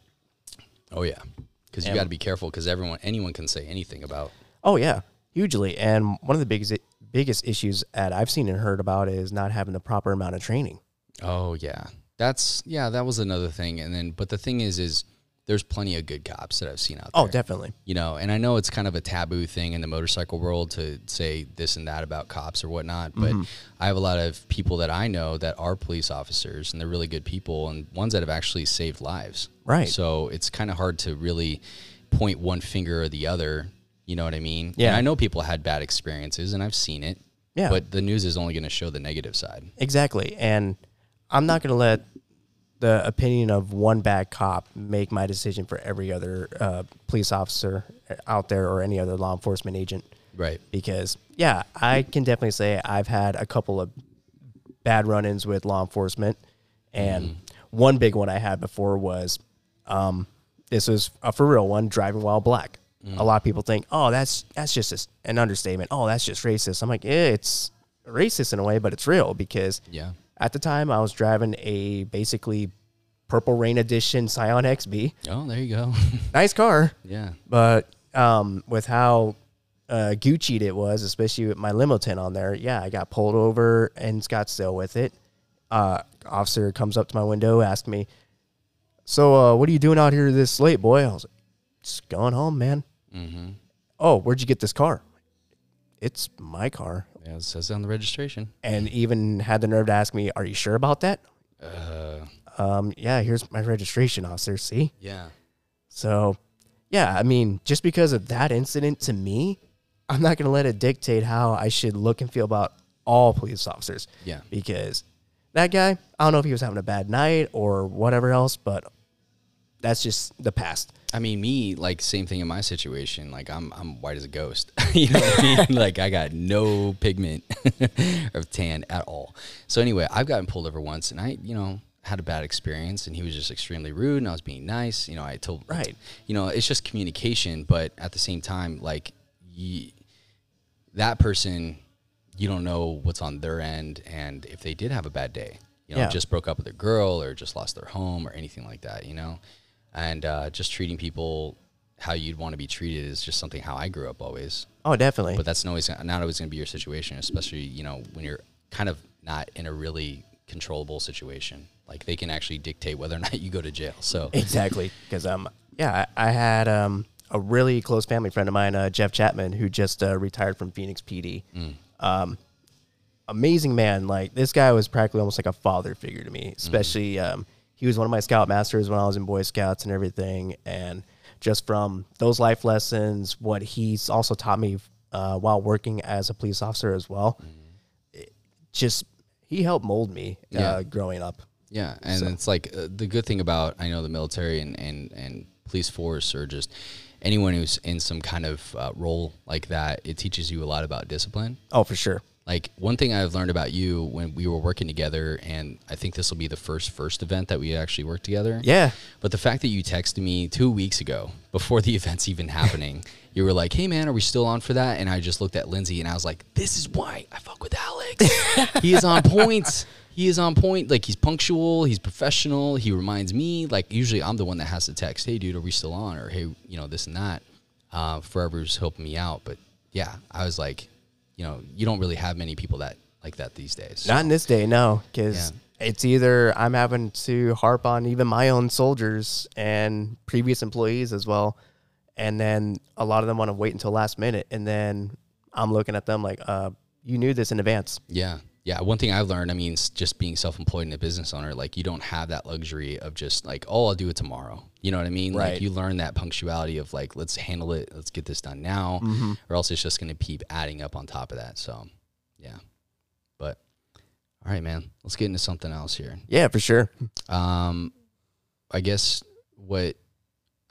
A: oh yeah. Cause you got to be careful because everyone, anyone can say anything about,
B: Oh yeah, hugely. And one of the biggest biggest issues that I've seen and heard about is not having the proper amount of training.
A: oh yeah. That's, yeah, that was another thing. And then, but the thing is, is there's plenty of good cops that I've seen out there.
B: Oh, definitely.
A: you know, and I know it's kind of a taboo thing in the motorcycle world to say this and that about cops or whatnot, but
B: Mm-hmm.
A: I have a lot of people that I know that are police officers and they're really good people and ones that have actually saved lives.
B: Right.
A: So it's kind of hard to really point one finger or the other. You know what I mean?
B: Yeah.
A: And I know people had bad experiences and I've seen it.
B: Yeah.
A: But the news is only going to show the negative side.
B: Exactly. And I'm not going to let the opinion of one bad cop make my decision for every other uh, police officer out there or any other law enforcement agent.
A: Right.
B: Because, yeah, I can definitely say I've had a couple of bad run ins with law enforcement. And one big one I had before was um, this was a for real one driving while black. A lot of people think, oh, that's that's just a s- an understatement. Oh, that's just racist. I'm like, yeah, it's racist in a way, but it's real because
A: Yeah.
B: at the time I was driving a basically purple rain edition Scion XB.
A: Oh, there you go.
B: Nice car,
A: yeah.
B: but um, with how uh, Gucci'd it was, especially with my limo tint on there, yeah, I got pulled over in Scottsdale with it. Uh, officer comes up to my window, asks me, "So, uh, what are you doing out here this late, boy?" I was like, "Just going home, man." Oh, where'd you get this car? It's my car.
A: Yeah. It says on the registration.
B: And even had the nerve to ask me, "Are you sure about that?"
A: Uh,
B: Um, yeah, here's my registration, officer. See.
A: yeah.
B: So, yeah, I mean, just because of that incident to me, I'm not going to let it dictate how I should look and feel about all police officers.
A: Yeah.
B: Because that guy, I don't know if he was having a bad night or whatever else, but that's just the past.
A: I mean, me like same thing in my situation. Like I'm I'm white as a ghost. you know what I mean? Like I got no pigment of tan at all. So anyway, I've gotten pulled over once, and I you know had a bad experience, and he was just extremely rude, and I was being nice. You know, I told
B: Right.
A: You know, it's just communication, but at the same time, like ye, that person, you don't know what's on their end, and if they did have a bad day, you know,
B: Yeah.
A: just broke up with a girl or just lost their home or anything like that, you know, and uh, just treating people how you'd want to be treated is just something how I grew up always.
B: Oh, definitely.
A: But that's not always not always going to be your situation, especially you know when you're kind of not in a really controllable situation. Like they can actually dictate whether or not you go to jail. So
B: Exactly, because um, yeah, I, I had um a really close family friend of mine, uh, Jeff Chapman, who just uh, retired from Phoenix PD. Um, amazing man. Like this guy was practically almost like a father figure to me. Especially, um, he was one of my scout masters when I was in Boy Scouts and everything. And just from those life lessons, what he's also taught me uh, while working as a police officer as well, it just he helped mold me
A: Yeah.
B: uh, growing up.
A: Yeah, and it's like uh, the good thing about I know the military and and and police force or just anyone who's in some kind of uh, role like that, it teaches you a lot about discipline.
B: Oh, for sure.
A: Like one thing I've learned about you when we were working together, and I think this will be the first first event that we actually worked together.
B: Yeah.
A: But the fact that you texted me two weeks ago before the event's even happening, you were like, "Hey man, are we still on for that?" And I just looked at Lindsay and I was like, "This is why I fuck with Alex. he is on point. He is on point. Like he's punctual. He's professional. He reminds me. Like usually I'm the one that has to text, "Hey dude, are we still on?" Or "Hey, you know this and that." Uh, Forever's helping me out, but yeah, I was like, you know, you don't really have many people that like that these days.
B: Not in this day, no, because it's either I'm having to harp on even my own soldiers and previous employees as well, and then a lot of them want to wait until last minute, and then I'm looking at them like, uh, you knew this in advance.
A: Yeah. Yeah. One thing I've learned, I mean, s- just being self employed and a business owner, like you don't have that luxury of just like, oh, I'll do it tomorrow. You know what I mean?
B: Right.
A: Like you learn that punctuality of like, let's handle it, let's get this done now, or else it's just going to keep adding up on top of that. So, yeah. But all right, man, let's get into something else here.
B: Yeah, for sure.
A: Um, I guess what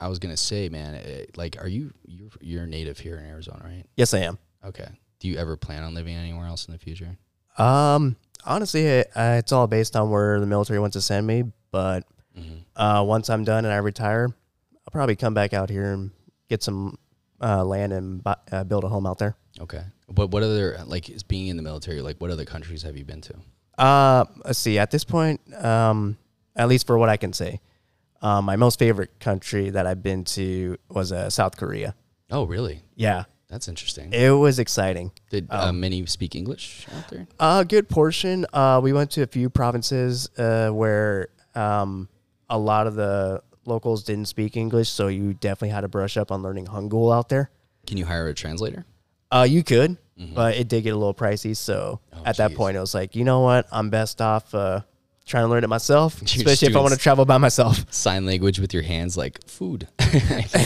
A: I was going to say, man, eh, like, are you, you're, you're native here in Arizona, right?
B: Yes, I am.
A: Okay. Do you ever plan on living anywhere else in the future?
B: Um, honestly, it, uh, it's all based on where the military wants to send me. But uh, once I'm done and I retire, I'll probably come back out here and get some uh, land and bu uh, build a home out there.
A: Okay. But what other like is being in the military? Like what other countries have you been to?
B: Uh, let's see. At this point, um, at least for what I can say, um, my most favorite country that I've been to was uh, South Korea.
A: Oh, really?
B: Yeah,
A: That's interesting.
B: it was exciting.
A: Did uh, many speak English out there?
B: A good portion. Uh, we went to a few provinces uh, where um, a lot of the locals didn't speak English, so you definitely had to brush up on learning Hangul out there.
A: Can you hire a translator?
B: Uh, you could, but it did get a little pricey. So at that
A: geez.
B: point, it was like, you know what? I'm best off uh, trying to learn it myself,
A: You're
B: especially if I want to
A: students.
B: travel by myself.
A: Sign language with your hands, like food.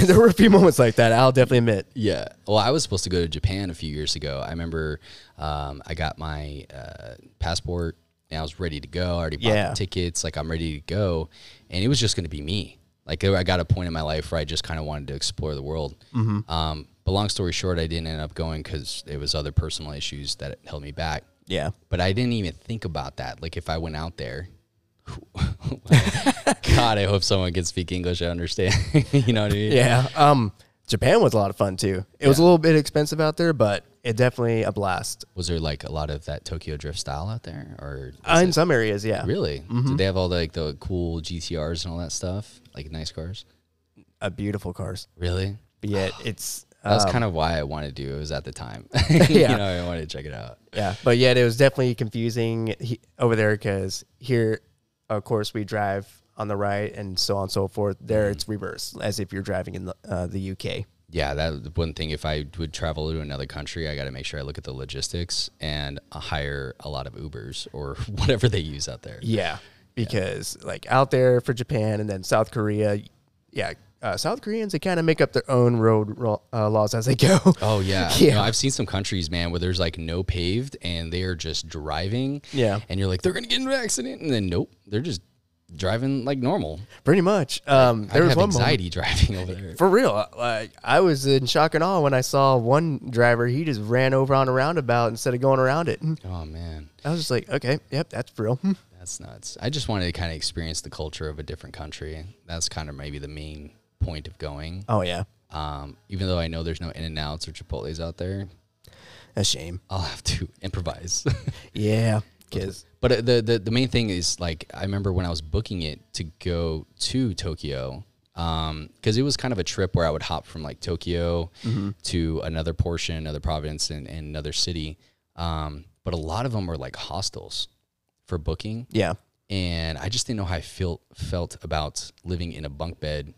B: there were a few moments like that. I'll definitely admit.
A: yeah. Well, I was supposed to go to Japan a few years ago. I remember um, I got my uh, passport and I was ready to go. I already bought
B: Yeah.
A: the tickets. Like I'm ready to go, and it was just going to be me. Like there- I got a point in my life where I just kind of wanted to explore the world. Um, but long story short, I didn't end up going because it was other personal issues that held me back.
B: Yeah.
A: But I didn't even think about that. Like if I went out there, God, I hope someone can speak English. I understand. you know what I mean?
B: Yeah. Um, Japan was a lot of fun too. It was a little bit expensive out there, but it definitely a blast.
A: Was there like a lot of that Tokyo Drift style out there, or
B: Uh, mm-hmm. in some areas, yeah.
A: really? Did they have all the, like the cool GTRs and all that stuff, like nice cars?
B: Uh, beautiful cars.
A: Really?
B: But yet it's uh,
A: That's kind of why I wanted to. do It was at the time.
B: Yeah.
A: you know, I wanted to check it out.
B: yeah. But yet it was definitely confusing he, over there because here, of course, we drive on the right and so on and so forth. There, it's reverse, as if you're driving in the, uh, the UK.
A: Yeah, that one thing. If I would travel to another country, I got to make sure I look at the logistics and uh, hire a lot of Ubers or whatever they use out there.
B: Yeah, because like out there for Japan and then South Korea, yeah, uh, South Koreans they kind of make up their own road ro- uh, laws as they go.
A: Oh yeah,
B: Yeah.
A: No, I've seen some countries, man, where there's like no paved and they are just driving.
B: Yeah.
A: and you're like, they're gonna get in an accident, and then nope, they're just driving like normal.
B: Pretty much. Um, there
A: I
B: was
A: have
B: one moment,
A: anxiety driving over there.
B: for real. uh, Like I was in shock and awe when I saw one driver. He just ran over on a roundabout instead of going around it.
A: Oh man,
B: I was just like, okay, yep, that's for real. Hmm.
A: that's nuts. I just wanted to kind of experience the culture of a different country. That's kind of maybe the main point of going.
B: Oh yeah,
A: Um, even though I know there's no In and Outs or Chipotle's out there,
B: a shame.
A: I'll have to improvise.
B: Yeah, because
A: But uh, the, the the main thing is like I remember when I was booking it to go to Tokyo, because it was kind of a trip where I would hop from like Tokyo to another portion, another province, and, and another city. Um, but a lot of them were like hostels for booking,
B: yeah,
A: and I just didn't know how I felt felt about living in a bunk bed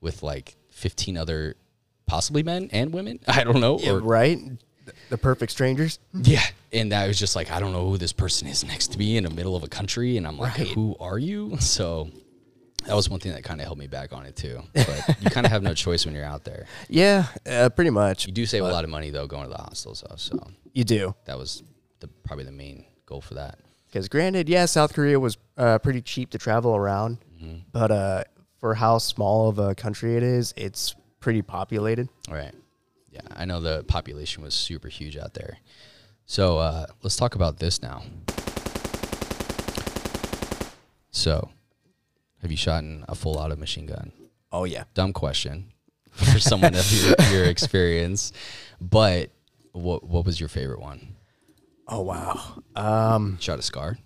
A: with like fifteen other possibly men and women. I don't know. or,
B: right. The perfect strangers.
A: yeah. And I was just like, I don't know who this person is next to me in the middle of a country. And I'm like, who are you? So that was one thing that kind of held me back on it too. But you kind of have no choice when you're out there.
B: Yeah, uh, pretty much.
A: You do save a lot of money though going to the hostels though. So
B: You do.
A: that was the, probably the main goal for that.
B: Because granted, yeah, South Korea was uh, pretty cheap to travel around, but uh, for how small of a country it is, it's pretty populated.
A: All right. Yeah. I know the population was super huge out there. So uh, let's talk about this now. So, have you shot in a full auto machine gun?
B: Oh yeah.
A: Dumb question for someone of your, your experience, but what what was your favorite one?
B: Oh wow. Um,
A: Shot a scar.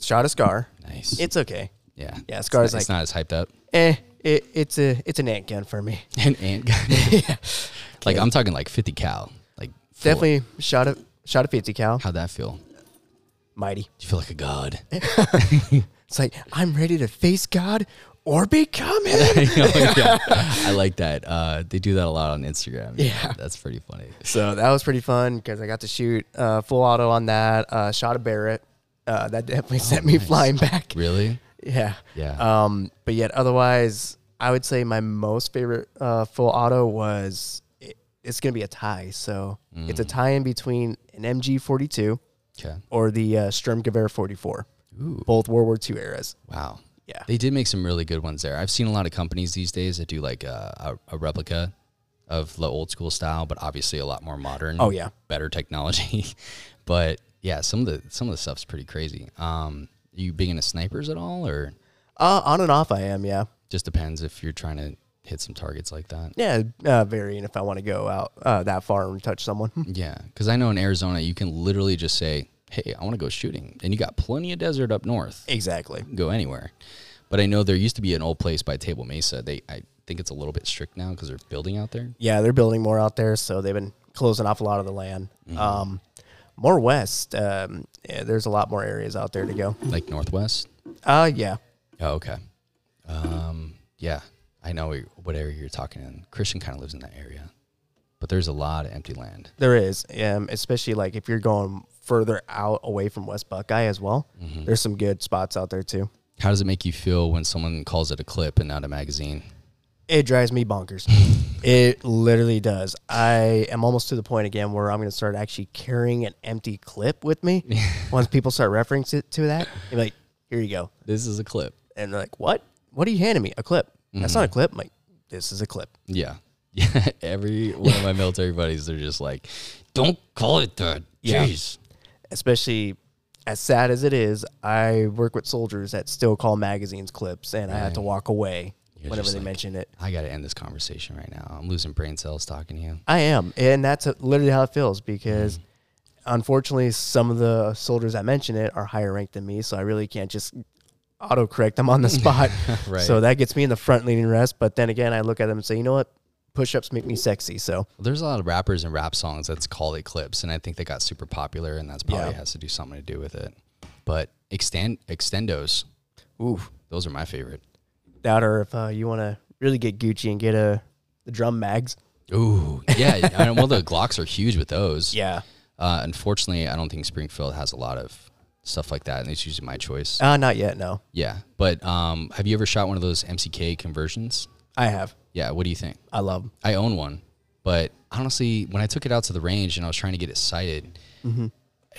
B: shot a scar.
A: Nice.
B: It's okay.
A: yeah.
B: yeah, scar
A: It's,
B: is
A: it's not as hyped up.
B: Eh, it, it's a it's an ant gun for me.
A: An ant gun. Like I'm talking like 50 cal. Like full-
B: Definitely shot a shot a fifty cal.
A: How'd that feel? Do
B: Mighty.
A: you feel like a god?
B: It's like I'm ready to face God or become him.
A: You know, yeah. I like that. Uh, they do that a lot on Instagram.
B: Yeah.
A: That's pretty funny.
B: so that was pretty fun because I got to shoot uh, full auto on that. Uh, shot a Barrett. Uh, that definitely sent me
A: nice.
B: flying back.
A: Really?
B: Yeah.
A: Yeah.
B: Um, but yet, otherwise, I would say my most favorite uh, full auto was it, it's going to be a tie. So it's
A: Mm.
B: a tie in between an MG 42
A: Okay.
B: or the uh, Sturmgewehr 44,
A: Ooh.
B: both World War II eras.
A: Wow.
B: Yeah.
A: They did make some really good ones there. I've seen a lot of companies these days that do like uh, a, a, a replica of the old school style, but obviously a lot more modern.
B: Oh, yeah.
A: Better technology. but yeah, some of the some of the stuff's pretty crazy. Um, you big into snipers at all or
B: Uh, on and off, I am. Yeah.
A: just depends if you're trying to hit some targets like that.
B: Yeah. Uh, varying if I want to go out uh, that far and touch someone.
A: Yeah, because I know in Arizona you can literally just say, "Hey, I want to go shooting," and you got plenty of desert up north.
B: exactly.
A: You can go anywhere. But I know there used to be an old place by Table Mesa. They, I think it's a little bit strict now because they're building out there.
B: Yeah. They're building more out there. So they've been closing off a lot of the land.
A: Mm-hmm.
B: Um, more west, um, yeah, there's a lot more areas out there to go.
A: Like Northwest.
B: Uh, yeah.
A: Oh, okay. Um, yeah, I know what area you're talking in. Christian kind of lives in that area, but there's a lot of empty land.
B: There is, um, especially like if you're going further out away from West Buckeye as well. There's some good spots out there too.
A: How does it make you feel when someone calls it a clip and not a magazine?
B: It drives me bonkers. it literally does. I am almost to the point again where I'm going to start actually carrying an empty clip with me. Once people start referencing it to that, you're like, "Here you go,"
A: This is a clip.
B: and they're like, "What? What are you handing me? A clip? That's not a clip." I'm like, "This is a clip."
A: Yeah. Yeah. Every one of my military buddies, they're just like, don't call it that.
B: Yeah.
A: Jeez.
B: especially as sad as it is, I work with soldiers that still call magazines clips, and I have to walk away whenever
A: just
B: they
A: like-
B: mention it.
A: I got to end this conversation right now. I'm losing brain cells talking to you.
B: I am, and that's literally how it feels because.
A: Mm.
B: Unfortunately, some of the soldiers that mention it are higher ranked than me, so I really can't just autocorrect them on the spot.
A: Right.
B: So that gets me in the front leaning rest. But then again, I look at them and say, you know what? Push ups make me sexy. So
A: There's a lot of rappers and rap songs that's called it clips, and I think they got super popular, and that's probably
B: Yeah.
A: has to do something to do with it. But extend extendos,
B: ooh,
A: those are my favorite.
B: that or if uh, you want to really get Gucci and get a the drum mags.
A: Ooh, yeah. I mean, well, the Glocks are huge with those.
B: Yeah.
A: Uh, unfortunately, I don't think Springfield has a lot of stuff like that, and it's usually my choice.
B: Uh, not yet, no.
A: Yeah, but um, have you ever shot one of those MCK conversions?
B: I have.
A: Yeah, what do you think?
B: I love 'em.
A: I own one, but honestly, when I took it out to the range and I was trying to get it sighted,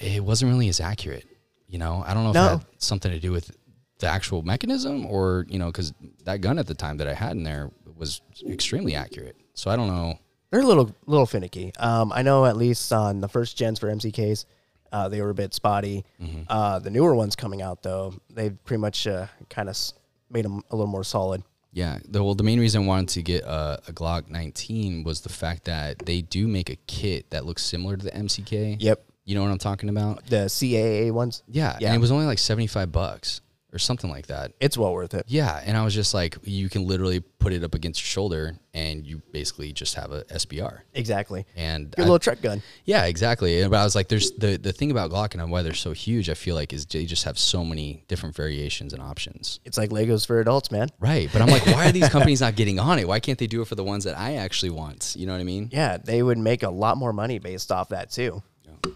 A: it wasn't really as accurate. You know, I don't know if
B: Mm-hmm. No.
A: that had something to do with the actual mechanism or you know, because that gun at the time that I had in there was extremely accurate. So I don't know.
B: They're a little little finicky. Um, I know at least on the first gens for MCKs, uh, they were a bit spotty.
A: Mm-hmm.
B: Uh, the newer ones coming out though, they've pretty much uh, kind of s- made them a little more solid.
A: Yeah, the, well, the main reason I wanted to get uh, a Glock 19 was the fact that they do make a kit that looks similar to the MCK.
B: Yep.
A: You know what I'm talking about?
B: The CAA ones,
A: Yeah,
B: Yeah.
A: and it was only like 75 bucks or something like that.
B: it's well worth it.
A: Yeah, and I was just like, you can literally put it up against your shoulder, and you basically just have a SBR.
B: Exactly.
A: And
B: Your
A: I-
B: little truck gun.
A: yeah, exactly. And- But I was like, there's the the thing about Glock and why they're so huge. I feel like is they just have so many different variations and options.
B: It's like Legos for adults, man.
A: Right, but I'm like, why are these companies not getting on it? Why can't they do it for the ones that I actually want? You know what I mean?
B: Yeah, they would make a lot more money based off that too.
A: There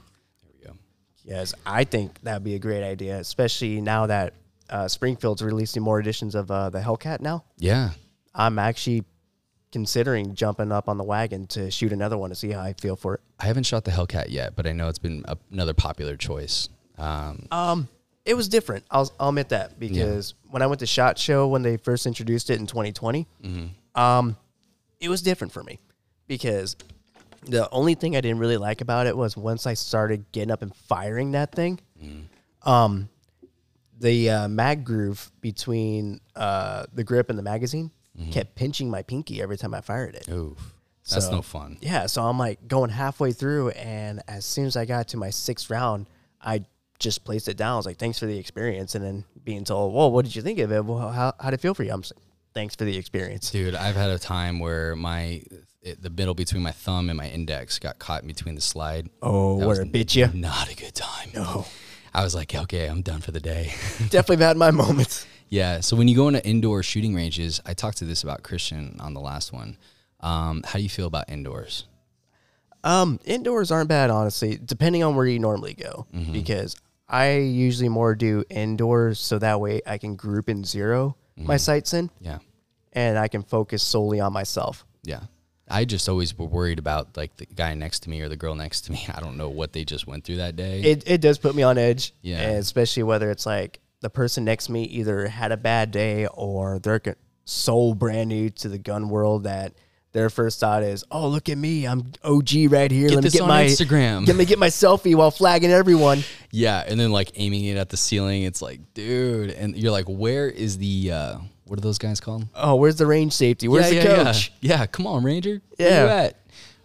A: we go.
B: Yes, I think that'd be a great idea, especially now that uh, Springfield's releasing more editions of uh, the Hellcat now.
A: Yeah,
B: I'm actually considering jumping up on the wagon to shoot another one to see how I feel for it.
A: I haven't shot the Hellcat yet, but I know it's been a, another popular choice. Um,
B: Um, it was different. I'll, I'll admit that because when I went to Shot Show when they first introduced it in 2020, um, it was different for me because The only thing I didn't really like about it was once I started getting up and firing that thing, um, the uh, mag groove between uh, the grip and the magazine kept pinching my pinky every time I fired it.
A: Oof. That's
B: So-
A: no fun.
B: Yeah, so I'm like going halfway through, and as soon as I got to my sixth round, I just placed it down. I was like, "Thanks for the experience," and then being told, "Whoa, what did you think of it? Well, how how did it feel for you?" I'm just like, "Thanks for the experience."
A: Dude, I've had a time where my it, the middle between my thumb and my index got caught in between the slide.
B: Oh,
A: That
B: where
A: was
B: it bit you?
A: Not a good time. No. I was like, okay, I'm done for the day.
B: Definitely had my moments.
A: yeah. So when you go into indoor shooting ranges, I talked to this about Christian on the last one. Um, how do you feel about indoors?
B: Um, indoors aren't bad, honestly. Depending on where you normally go,
A: Mm-hmm.
B: because I usually more do indoors, so that way I can group and 0
A: Mm-hmm.
B: my sights in,
A: Yeah.
B: and I can focus solely on myself.
A: Yeah. I just always were worried about like the guy next to me or the girl next to me. I don't know what they just went through that day.
B: it, it does put me on edge.
A: Yeah.
B: and especially whether it's like the person next to me either had a bad day or they're co- so brand new to the gun world that their first thought is, "Oh, look at me! I'm OG right here. let
A: this
B: me get
A: on
B: my
A: Instagram."
B: Let me get my selfie while flagging everyone."
A: yeah, and then like aiming it at the ceiling, it's like, dude, and you're like, where is the uh what are those guys called?
B: Oh, where's the range safety? Where's
A: yeah,
B: the
A: yeah,
B: coach?
A: Yeah. yeah, come on, Ranger.
B: Yeah.
A: Where you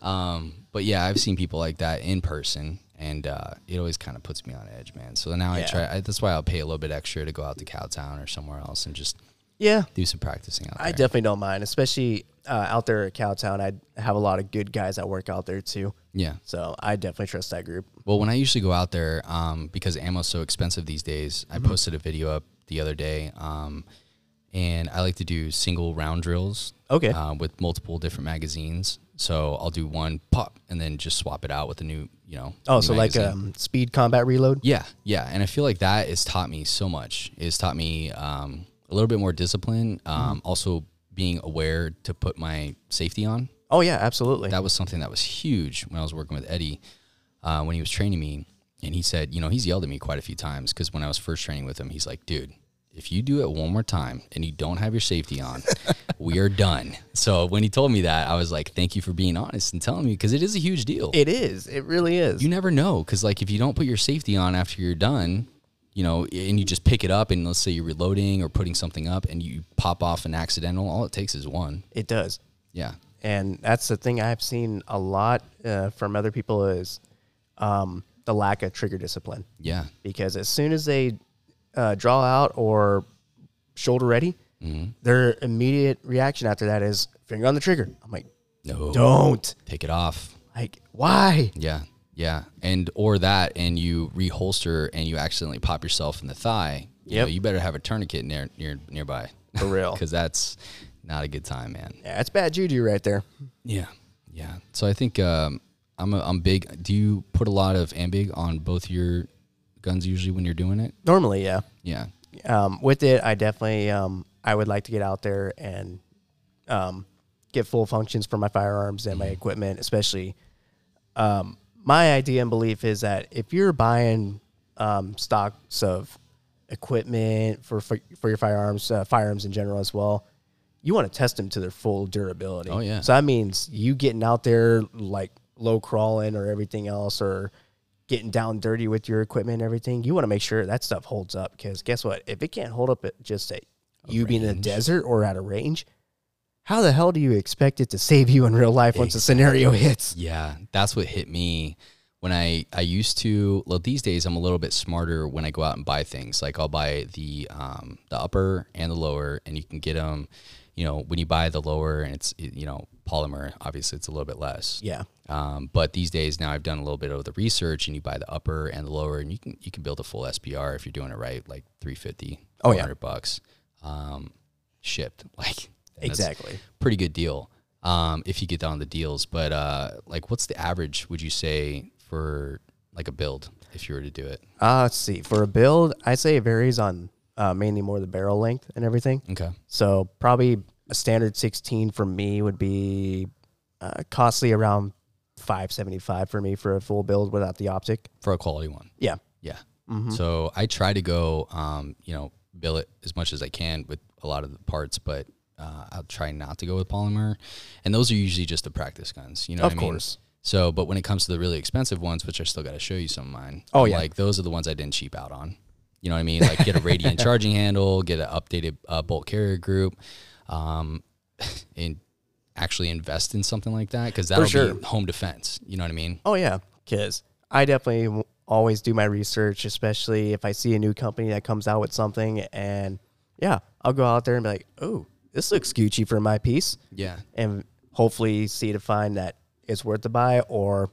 A: at? Um, but yeah, I've seen people like that in person, and uh, it always kind of puts me on edge, man. So now I
B: Yeah.
A: try. I, that's why I'll pay a little bit extra to go out to Cowtown or somewhere else and just
B: yeah.
A: do some practicing out there.
B: I definitely don't mind, especially uh, out there at Cowtown. I have a lot of good guys that work out there too,
A: yeah.
B: so I definitely trust that group.
A: Well, when I usually go out there, um, because ammo's so expensive these days,
B: Mm-hmm.
A: I posted a video up the other day, um, and I like to do single round drills.
B: Okay.
A: Uh, with multiple different magazines, so I'll do one pop and then just swap it out with a new, you know.
B: Oh,
A: new
B: so like
A: magazine.
B: um, speed combat reload.
A: Yeah, yeah, and I feel like that has taught me so much. It's taught me um, a little bit more discipline, um, also being aware to put my safety on.
B: Oh yeah, absolutely.
A: That was something that was huge when I was working with Eddie uh, when he was training me, and he said, you know, he's yelled at me quite a few times because when I was first training with him, he's like, dude. If you do it one more time and you don't have your safety on, we are done. So when he told me that, I was like, "Thank you for being honest and telling me because it is a huge deal."
B: It is. It really is.
A: you never know because like if you don't put your safety on after you're done you know and you just pick it up and let's say you're reloading or putting something up and you pop off an accidental all it takes is one
B: It does.
A: yeah
B: And that's the thing I've seen a lot uh, from other people is um, the lack of trigger discipline.
A: yeah
B: Because as soon as they uh, draw out or shoulder ready, their immediate reaction after that is finger on the trigger. I'm like,
A: no
B: don't.
A: take it off
B: Like, why?
A: yeah yeah and or that and you reholster and you accidentally pop yourself in the thigh you
B: Yep.
A: know, you better have a tourniquet near, near nearby
B: For real.
A: because that's not a good time man
B: yeah, it's bad juju right there.
A: Yeah, yeah. So I think um, I'm a, I'm big. Do you put a lot of ambig on both your guns usually when you're doing it?
B: Normally, yeah.
A: Yeah,
B: um, with it, I definitely um, I would like to get out there and um, get full functions for my firearms and my
A: Mm-hmm.
B: equipment, especially. Um, my idea and belief is that if you're buying um, stocks of equipment for for, for your firearms, uh, firearms in general as well, you want to test them to their full durability.
A: Oh, yeah.
B: So that means you getting out there like low crawling or everything else or getting down dirty with your equipment and everything, you want to make sure that stuff holds up because guess what? If it can't hold up at just a, you being in the desert or out of range, how the hell do you expect it to save you in real life once the scenario hits?
A: yeah. That's what hit me when I I used to. Well, these days I'm a little bit smarter when I go out and buy things. Like I'll buy the um, the upper and the lower, and you can get them. You know, when you buy the lower and it's you know polymer, obviously it's a little bit less.
B: Yeah.
A: Um, but these days now I've done a little bit of the research and you buy the upper and the lower and you can you can build a full SPR if you're doing it right, like 350,
B: Oh, yeah.
A: 400 bucks um, shipped. Like that's
B: Exactly.
A: a pretty good deal um, if you get down to the deals. But uh, like what's the average would you say for like a build if you were to do it?
B: Uh, let's see. For a build, I say it varies on uh, mainly more the barrel length and everything.
A: Okay.
B: So probably a standard 16 for me would be uh, costly around 575 for me for a full build without the optic.
A: For a quality one.
B: Yeah.
A: Yeah.
B: Mm-hmm.
A: So I try to go, um, you know, bill it as much as I can with a lot of the parts, but uh, I'll try not to go with polymer. And those are usually just the practice guns. You know,
B: Of
A: what I mean?
B: course.
A: So, but when it comes to the really expensive ones, which I still got to show you some of mine.
B: Oh, yeah.
A: like those are the ones I didn't cheap out on. You know what I mean? Like get a radiant charging handle, get an updated uh, bolt carrier group, um, and actually invest in something like that because that'll
B: sure.
A: be home defense. You know what I mean?
B: Oh yeah, because I definitely w- always do my research, especially if I see a new company that comes out with something, and yeah, I'll go out there and be like, "Oh, this looks Gucci for my piece,"
A: Yeah,
B: and hopefully see to find that it's worth the buy or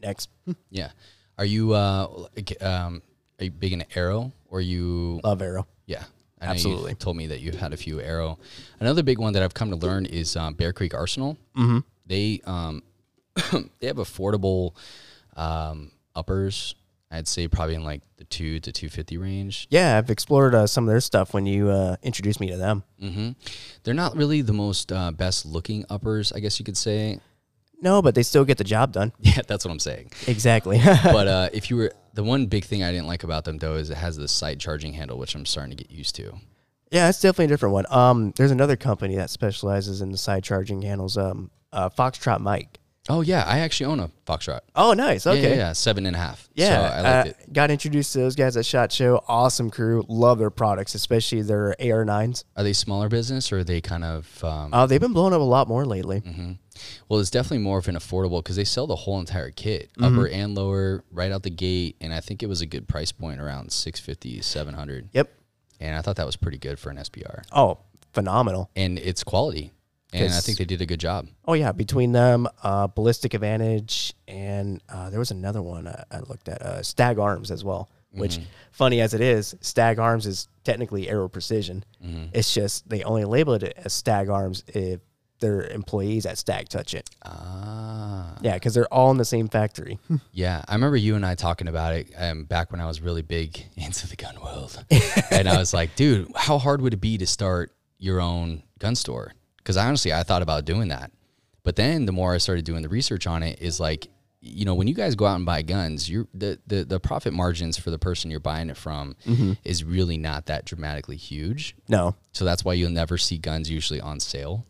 B: next.
A: yeah. Are you uh, like, um, are you big into arrow or you
B: Love arrow.
A: Yeah, I know
B: Absolutely.
A: You told me that you've had a few arrow. Another big one that I've come to learn is um, Bear Creek Arsenal. Mm-hmm. They um, they have affordable um, uppers. I'd say probably in like the two to two fifty range.
B: Yeah, I've explored uh, some of their stuff when you uh, introduced me to them.
A: hmm They're not really the most uh, best looking uppers, I guess you could say.
B: No, but they still get the job done.
A: Yeah, that's what I'm saying.
B: Exactly.
A: but uh, if you were the one big thing I didn't like about them though is it has the side charging handle, which I'm starting to get used to.
B: Yeah, it's definitely a different one. Um, there's another company that specializes in the side charging handles. Um, uh, Foxtrot Mike.
A: Oh yeah, I actually own a Foxtrot.
B: Oh, nice.
A: Yeah,
B: Okay.
A: yeah, yeah, seven and a half.
B: Yeah,
A: so I liked
B: uh,
A: it.
B: got introduced to those guys at Shot Show. Awesome crew. Love their products, especially their AR nines.
A: Are they smaller business or are they kind of? Um,
B: Uh, they've been blowing up a lot more lately.
A: Mm-hmm. well, it's definitely more of an affordable because they sell the whole entire kit,
B: Mm-hmm.
A: upper and lower, right out the gate. And I think it was a good price point around 650 700
B: Yep.
A: And I thought that was pretty good for an SBR.
B: Oh, phenomenal.
A: And it's quality. And I
B: 'Cause-
A: think they did a good job.
B: Oh yeah, between them, uh, Ballistic Advantage, and uh, there was another one I, I looked at, uh, Stag Arms as well. Which,
A: Mm-hmm.
B: funny as it is, Stag Arms is technically Arrow Precision.
A: Mm-hmm.
B: It's just they only labeled it as Stag Arms if their employees at Stag touch it.
A: Ah,
B: Yeah, because they're all in the same factory.
A: yeah. I remember you and I talking about it um, back when I was really big into the gun world. and I was like, dude, how hard would it be to start your own gun store? Because honestly, I thought about doing that. But then the more I started doing the research on it, is like, you know, when you guys go out and buy guns, you're, the, the the profit margins for the person you're buying it from is really not that dramatically huge.
B: no,
A: So that's why you'll never see guns usually on sale.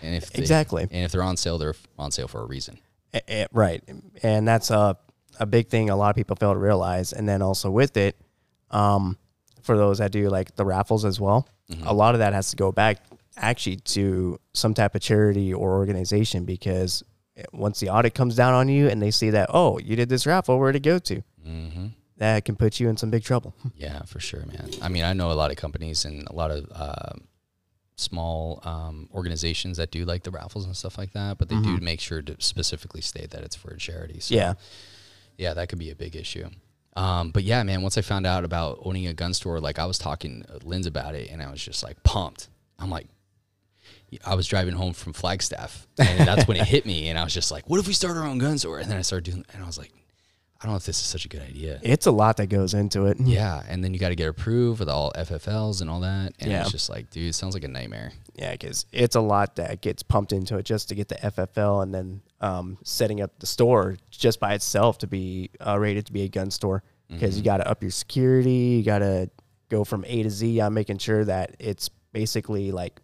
A: And if they-
B: Exactly.
A: and if they're on sale, they're on sale for a reason.
B: Eh, eh, right, and that's a a big thing a lot of people fail to realize. And then also with it, um, for those that do like the raffles as well, a lot of that has to go back actually to some type of charity or organization because eh, once the audit comes down on you and they see that oh you did this raffle where would it go to that can put you in some big trouble
A: Yeah, for sure, man. I mean, I know a lot of companies and a lot of uh, small um, organizations that do like the raffles and stuff like that, but they do make sure to specifically state that it's for a charity. So,
B: yeah
A: yeah, that could be a big issue. Um, but yeah, man, once I found out about owning a gun store, like I was talking to Lynn's about it and I was just like pumped. I'm like, I was driving home from Flagstaff and that's when it hit me. And I was just like, what if we start our own gun store? And then I started doing, and I was like, I don't know if this is such a good idea.
B: it's a lot that goes into it
A: Yeah, and then you got to get approved with all FFLs and all that, and
B: Yeah.
A: it's just like, dude, it sounds like a nightmare.
B: Yeah, because it's a lot that gets pumped into it just to get the FFL and then um, setting up the store just by itself to be uh, rated to be a gun store because you got to up your security. You got to go from A to Z on making sure that it's basically like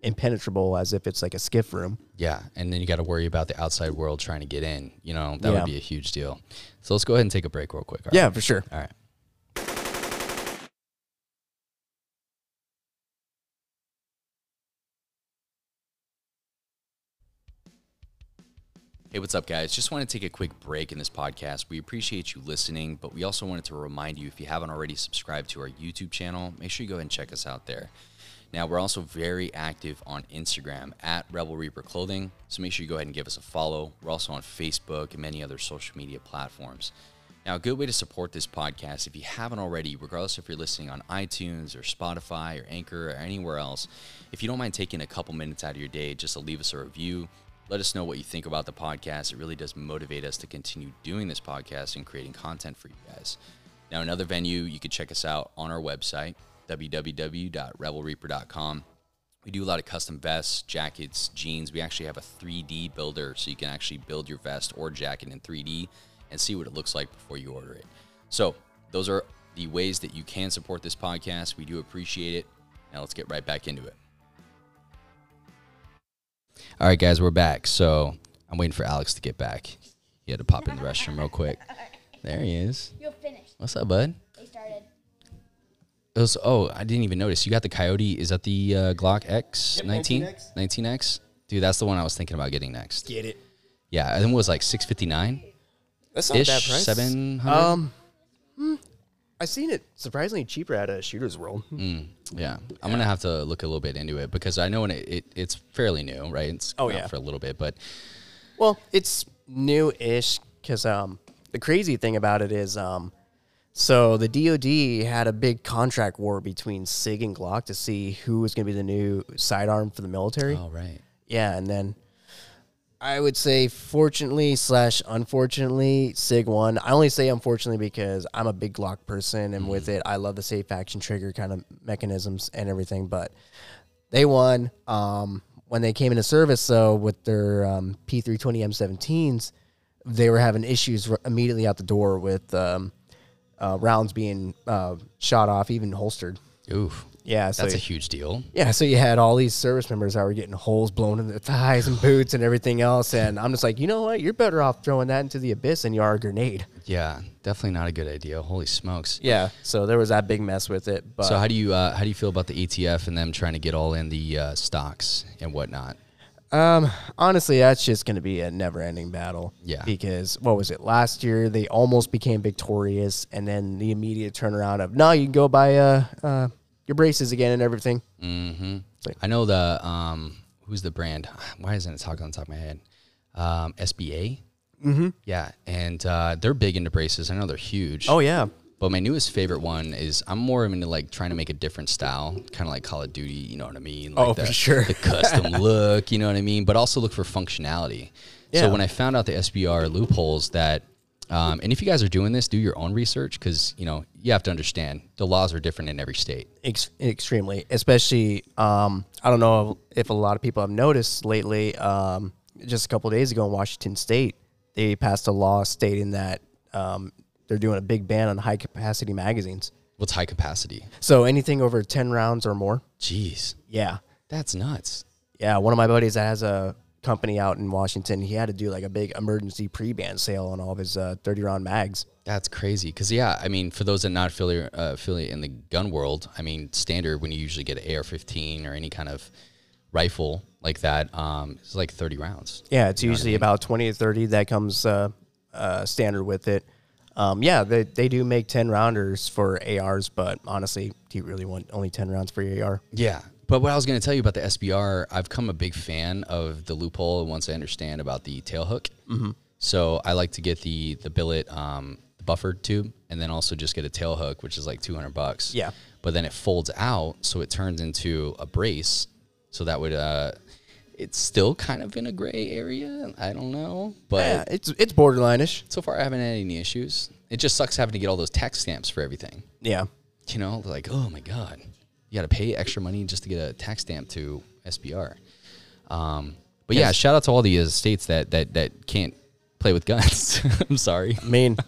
B: impenetrable as if it's like a skiff room.
A: Yeah, and then you got to worry about the outside world trying to get in. You know, that
B: Yeah.
A: would be a huge deal. So let's go ahead and take a break real quick. all right?
B: Yeah, for sure.
A: All right. Hey, what's up, guys? Just want to take a quick break in this podcast. We appreciate you listening, but we also wanted to remind you if you haven't already subscribed to our YouTube channel, make sure you go ahead and check us out there. Now, we're also very active on Instagram at Rebel Reaper Clothing, so make sure you go ahead and give us a follow. We're also on Facebook and many other social media platforms. Now, a good way to support this podcast, if you haven't already, regardless if you're listening on iTunes or Spotify or Anchor or anywhere else, if you don't mind taking a couple minutes out of your day just to leave us a review, let us know what you think about the podcast. It really does motivate us to continue doing this podcast and creating content for you guys. Now, another venue, you can check us out on our website, www.rebelreaper.com. We do a lot of custom vests, jackets, jeans. We actually have a 3D builder, so you can actually build your vest or jacket in 3D and see what it looks like before you order it. So, those are the ways that you can support this podcast. We do appreciate it. Now, let's get right back into it. All right, guys, we're back. So, I'm waiting for Alex to get back. He had to pop in the restroom real quick. There he is.
C: You're finished.
A: What's up, bud?
C: They started.
A: It was- oh, I didn't even notice. You got the Coyote. Is that the uh, Glock X 19?
B: 19X.
A: 19X? Dude, that's the one I was thinking about getting next.
B: Get it.
A: Yeah, I think it was like 659
B: That's not
A: ish,
B: bad price.
A: 700.
B: Um, hmm, I seen it surprisingly cheaper at a shooter's roll.
A: Yeah, I'm gonna have to look a little bit into it because I know when it, it it's fairly new, right? It's
B: Oh,
A: been out
B: yeah.
A: for a little bit, but
B: Well, it's new-ish because um, the crazy thing about it is um, so the DoD had a big contract war between Sig and Glock to see who was going to be the new sidearm for the military.
A: all right,
B: Yeah, and then I would say fortunately slash unfortunately Sig won. I only say unfortunately because I'm a big Glock person, and with it, I love the safe action trigger kind of mechanisms and everything. But they won um, when they came into service. though, with their um, P320 M17s, they were having issues r- immediately out the door with um, uh, rounds being uh, shot off, even holstered.
A: oof,
B: Yeah, so
A: that's a huge deal.
B: yeah, so you had all these service members that were getting holes blown in their thighs and boots and everything else, and I'm just like, you know what? You're better off throwing that into the abyss than you are a grenade.
A: Yeah, definitely not a good idea. Holy smokes!
B: Yeah. So there was that big mess with it, but
A: So how do you uh, how do you feel about the ETF and them trying to get all in the uh, stocks and whatnot?
B: um, honestly, that's just going to be a never-ending battle.
A: Yeah.
B: Because what was it last year? They almost became victorious, and then the immediate turnaround of no, you can go buy uh, uh your braces again and everything.
A: I know the um who's the brand? Why isn't it talking on the top of my head? Um, SBA. Mm-hmm. Yeah, and uh, they're big into braces. I know they're huge.
B: Oh yeah.
A: But my newest favorite one is I'm more into like trying to make a different style, kind of like Call of Duty. You know what I mean? Like
B: Oh,
A: the,
B: for sure.
A: the custom look. You know what I mean? But also look for functionality.
B: Yeah.
A: So when I found out the SBR loopholes that, um, and if you guys are doing this, do your own research because you know you have to understand the laws are different in every state.
B: ex- extremely, especially. Um, I don't know if a lot of people have noticed lately. Um, just a couple of days ago in Washington State, they passed a law stating that um, they're doing a big ban on high capacity magazines.
A: What's high capacity?
B: So anything over ten rounds or more.
A: Jeez,
B: Yeah,
A: that's nuts.
B: yeah. One of my buddies that has a company out in Washington, he had to do like a big emergency pre-ban sale on all of his uh, thirty round mags.
A: That's crazy. Because yeah, I mean, for those that not affiliate uh, affiliate in the gun world, I mean, standard when you usually get an AR-15 or any kind of rifle like that, um, it's like 30 rounds.
B: Yeah, it's usually about 20 to 30 that comes uh, uh, standard with it. Um, yeah, they, they do make 10 rounders for ARs, but honestly, do you really want only 10 rounds for your AR?
A: Yeah. But what I was going to tell you about the SBR, I've come a big fan of the loophole once I understand about the tail hook. Mm-hmm. So I like to get the the billet, um, the buffered tube, and then also just get a tail hook, which is like 200 bucks.
B: Yeah.
A: But then it folds out, so it turns into a brace. So that would, uh, it's still kind of in a gray area. I don't know. But
B: Yeah, it's it's borderline-ish.
A: so far, I haven't had any issues. It just sucks having to get all those tax stamps for everything
B: Yeah.
A: you know, like, oh my God, you got to pay extra money just to get a tax stamp to SBR. Um, but yeah, shout out to all the uh, states that, that, that can't play with guns. I'm sorry.
B: I mean,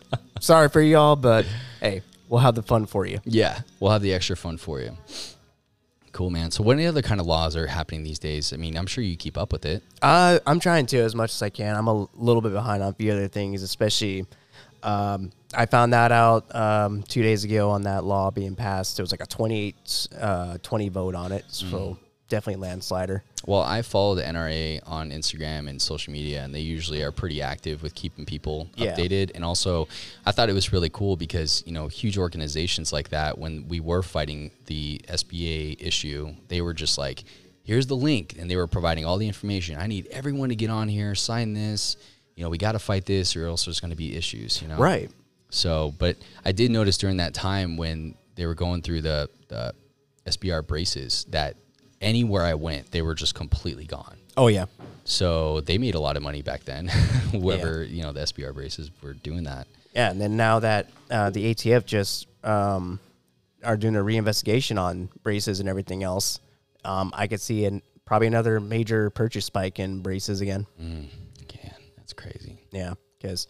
B: sorry for y'all, but hey, we'll have the fun for you.
A: Yeah, we'll have the extra fun for you. Cool, man. So, what any other kind of laws are happening these days? I mean, I'm sure you keep up with it.
B: Uh, I'm trying to as much as I can. I'm a little bit behind on a few other things, especially. Um, I found that out um, two days ago on that law being passed. It was like a 28, uh, 20 vote on it. So definitely landslider.
A: Well, I follow the NRA on Instagram and social media, and they usually are pretty active with keeping people
B: Yeah.
A: updated. And also, I thought it was really cool because you know huge organizations like that. When we were fighting the SBA issue, they were just like, "Here's the link," and they were providing all the information. I need everyone to get on here, sign this. You know, we got to fight this, or else there's going to be issues. You know,
B: Right.
A: so, but I did notice during that time when they were going through the, the SBR braces that anywhere I went, they were just completely gone.
B: Oh yeah.
A: So they made a lot of money back then. Whoever you know the SBR braces were doing that.
B: Yeah, and then now that uh, the ATF just um, are doing a reinvestigation on braces and everything else, um, I could see an, probably another major purchase spike in braces again.
A: Man, that's crazy.
B: Yeah, because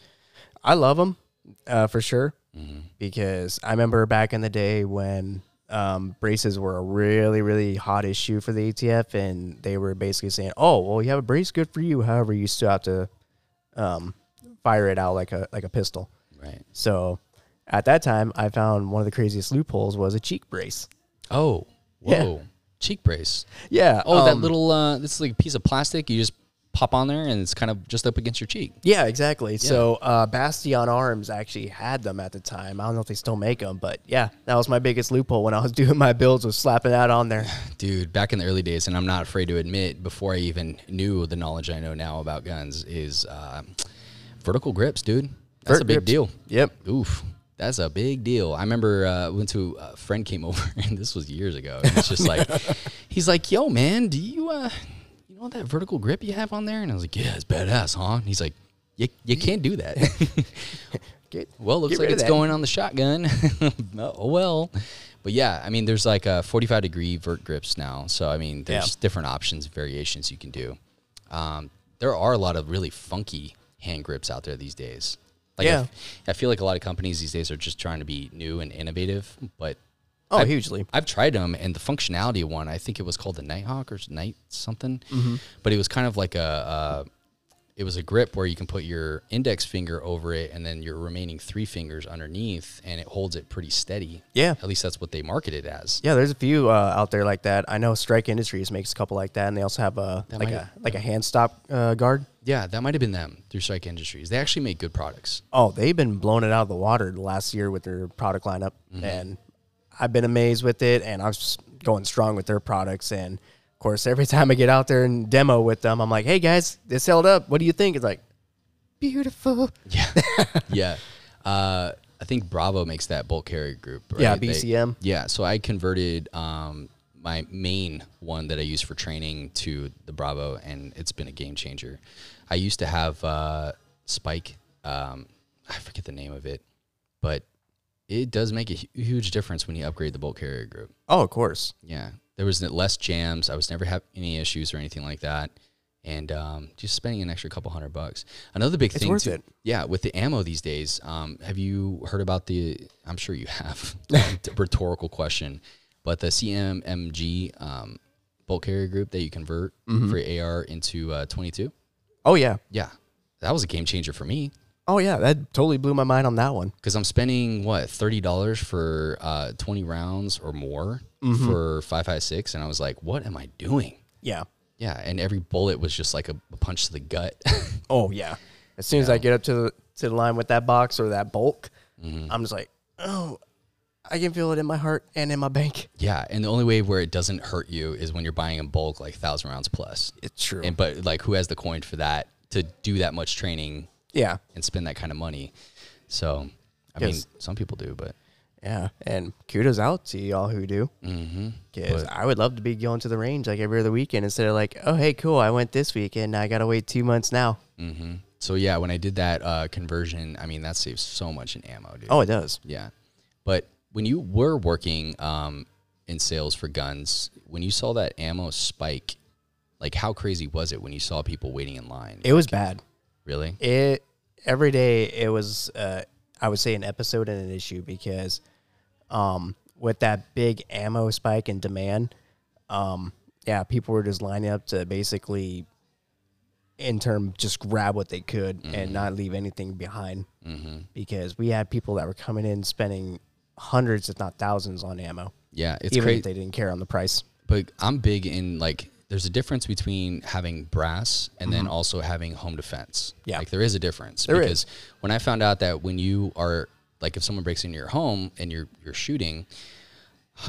B: I love them uh, for sure. Because I remember back in the day when um, braces were a really, really hot issue for the ATF, and they were basically saying, "Oh, well, you have a brace, good for you. However, you still have to um, fire it out like a like a pistol.
A: Right.
B: So at that time, I found one of the craziest loopholes was a cheek brace.
A: Oh,
B: Yeah.
A: whoa. Cheek brace.
B: Yeah.
A: Oh, that
B: um,
A: little, uh, this like piece of plastic you just pop on there and it's kind of just up against your cheek.
B: Yeah, exactly. So uh, Bastion Arms actually had them at the time. I don't know if they still make them, but yeah, that was my biggest loophole when I was doing my builds was slapping that on there.
A: Dude, back in the early days, and I'm not afraid to admit, before I even knew the knowledge I know now about guns, is uh, vertical grips, dude. That's
B: Vert
A: a big
B: grips.
A: deal.
B: Yep.
A: Oof. That's a big deal. I remember uh, went to a friend came over, and this was years ago. And it's just like, he's like, "Yo, man, do you uh, you know that vertical grip you have on there?" And I was like, "Yeah, it's badass, huh?" And he's like, "You you can't do that."
B: Get,
A: well, looks
B: get
A: like
B: rid of
A: it's
B: that.
A: going on the shotgun. oh well, but yeah, I mean, there's like uh 45 degree vert grips now, so I mean, there's
B: Yeah.
A: different options, variations you can do. Um, there are a lot of really funky hand grips out there these days. Like I
B: Yeah.
A: f- I, feel like a lot of companies these days are just trying to be new and innovative, but
B: Oh,
A: I've-
B: hugely.
A: I've tried them, and the functionality of one, I think it was called the Nighthawk or Night something,
B: Mm-hmm.
A: but it was kind of like a, uh it was a grip where you can put your index finger over it, and then your remaining three fingers underneath, and it holds it pretty steady.
B: Yeah.
A: at least that's what they market it as.
B: Yeah, there's a few uh, out there like that. I know Strike Industries makes a couple like that, and they also have a like
A: might-
B: a like a hand stop uh, guard.
A: Yeah, that might have been them through Strike Industries. They actually make good products.
B: Oh, they've been blowing it out of the water the last year with their product lineup, and I've been amazed with it. And I'm s- going strong with their products. And of course, every time I get out there and demo with them, I'm like, "Hey guys, this held up. What do you think?" It's like beautiful.
A: Yeah. yeah. Uh, I think Bravo makes that bulk carrier group. Right?
B: Yeah,
A: They-
B: BCM.
A: yeah. So I converted um, my main one that I use for training to the Bravo, and it's been a game changer. I used to have uh, Spike. Um, I forget the name of it, but it does make a hu- huge difference when you upgrade the bulk carrier group.
B: Oh, of course.
A: Yeah. There was less jams. I was never having any issues or anything like that. And um, just spending an extra couple hundred bucks. Another big thing,
B: worth
A: too-
B: it.
A: yeah, with the ammo these days. Um, have you heard about the? I'm sure you have. rhetorical question, but the CMMG um, bulk carrier group that you convert for AR into uh, 22.
B: Oh Mm-hmm. yeah.
A: Yeah, that was a game changer for me
B: Oh yeah. That totally blew my mind on that one.
A: because I'm spending what thirty dollars for uh, 20 rounds or more
B: Mm-hmm.
A: for five five six, and I was like, what am I doing?
B: Yeah.
A: Yeah, and every bullet was just like a, a punch to the gut.
B: Oh yeah. As soon as I get up to the to the line with that box or that bulk, I'm just like, oh, I can feel it in my heart and in my bank.
A: yeah, and the only way where it doesn't hurt you is when you're buying in bulk, like thousand rounds plus.
B: It's true.
A: And but like, who has the coin for that to do that much training
B: yeah.
A: and spend that kind of money? So, I mean,
B: Yes.
A: some people do, but
B: Yeah. And kudos out to y'all who do. Because I would love to be going to the range like every other weekend instead of like, oh, hey, cool. I went this weekend. Now I got to wait two months now.
A: so yeah, when I did that uh, conversion, I mean, that saves so much in ammo, dude.
B: Oh, it does.
A: Yeah. But when you were working um, in sales for guns, when you saw that ammo spike, like how crazy was it when you saw people waiting in line?
B: It was bad.
A: really?
B: It every day it was uh, I would say an episode and an issue because um, with that big ammo spike in demand, um, yeah, people were just lining up to basically in turn just grab what they could
A: Mm-hmm.
B: and not leave anything behind because we had people that were coming in spending hundreds if not thousands on ammo
A: yeah, it's
B: even
A: crazy.
B: if they didn't care on the price
A: but I'm big in like there's a difference between having brass and then also having home defense.
B: Mm-hmm. Yeah.
A: Like there is a difference
B: There
A: because when I found out that when you are like if someone breaks into your home and you're you're shooting,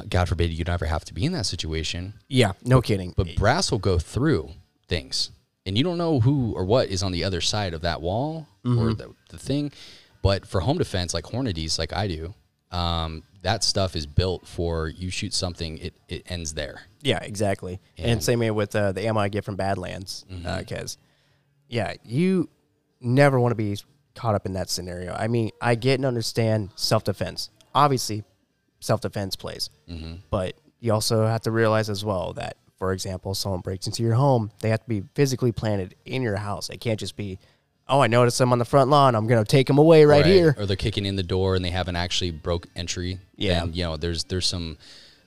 A: God forbid you never have to be in that situation,
B: yeah no kidding
A: but brass will go through things and you don't know who or what is on the other side of that wall
B: Mm-hmm.
A: or the, the thing but for home defense like hornadies like i do um, that stuff is built for you shoot something it, it ends there
B: Yeah, exactly. And Mm-hmm. same way with uh, the ammo I get from Badlands, because yeah, you never want to be caught up in that scenario. I mean, I get and understand self defense. Obviously, self defense plays, but you also have to realize as well that, for example, someone breaks into your home, they have to be physically planted in your house. They can't just be, oh, I noticed them on the front lawn. I'm gonna take them away right, here.
A: or they're kicking in the door and they haven't actually broke entry
B: Yeah.
A: then, you know there's there's some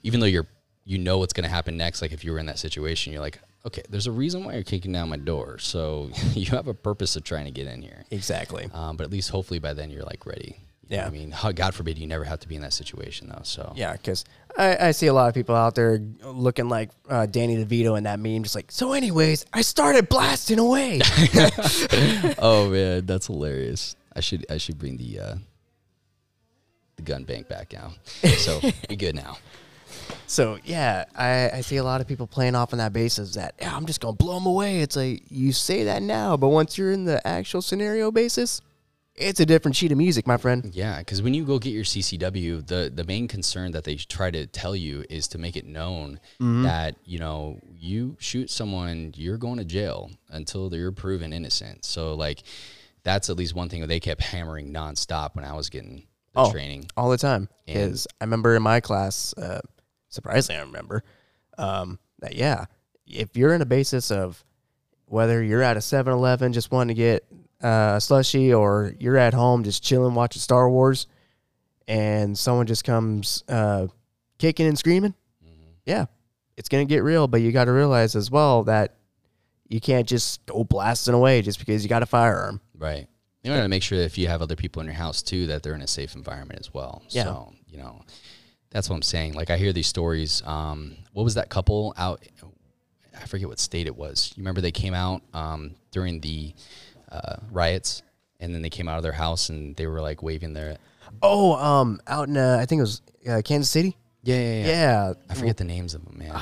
A: even though you're you know what's going to happen next like if you were in that situation you're like okay, there's a reason why you're kicking down my door. So you have a purpose of trying to get in here.
B: Exactly.
A: Um, but at least hopefully by then you're like ready. You know
B: Yeah.
A: what I mean, Oh, God forbid you never have to be in that situation though. So
B: Yeah, because I, I see a lot of people out there looking like uh, Danny DeVito in that meme, just like, so, anyways, I started blasting away.
A: oh man, that's hilarious. I should I should bring the uh, the gun bank back now. So we good now.
B: so, yeah, I, I see a lot of people playing off on that basis that "Yeah, I'm just going to blow them away. It's like, you say that now, but once you're in the actual scenario basis, it's a different sheet of music, my friend.
A: Yeah, because when you go get your CCW, the the main concern that they try to tell you is to make it known that you know you shoot someone, you're going to jail until they're proven innocent. So like, that's at least one thing that they kept hammering nonstop when I was getting the
B: Oh.
A: training.
B: all the time.
A: Yeah.
B: Because I remember in my class, uh, surprisingly, I remember um, that, yeah, if you're in a basis of whether you're at a 7 Eleven just wanting to get uh, a slushie or you're at home just chilling, watching Star Wars, and someone just comes uh, kicking and screaming, yeah, it's going to get real. But you got to realize as well that you can't just go blasting away just because you got a firearm.
A: Right. You want to make sure that if you have other people in your house too, that they're in a safe environment as well.
B: Yeah.
A: So, you know, that's what I'm saying. Like I hear these stories. Um, what was that couple out? I forget what state it was. You remember they came out um, during the uh, riots, and then they came out of their house and they were like waving their
B: Oh, um, out in, uh, I think it was uh, Kansas City.
A: yeah yeah yeah.
B: Yeah,
A: I forget the names of them, man.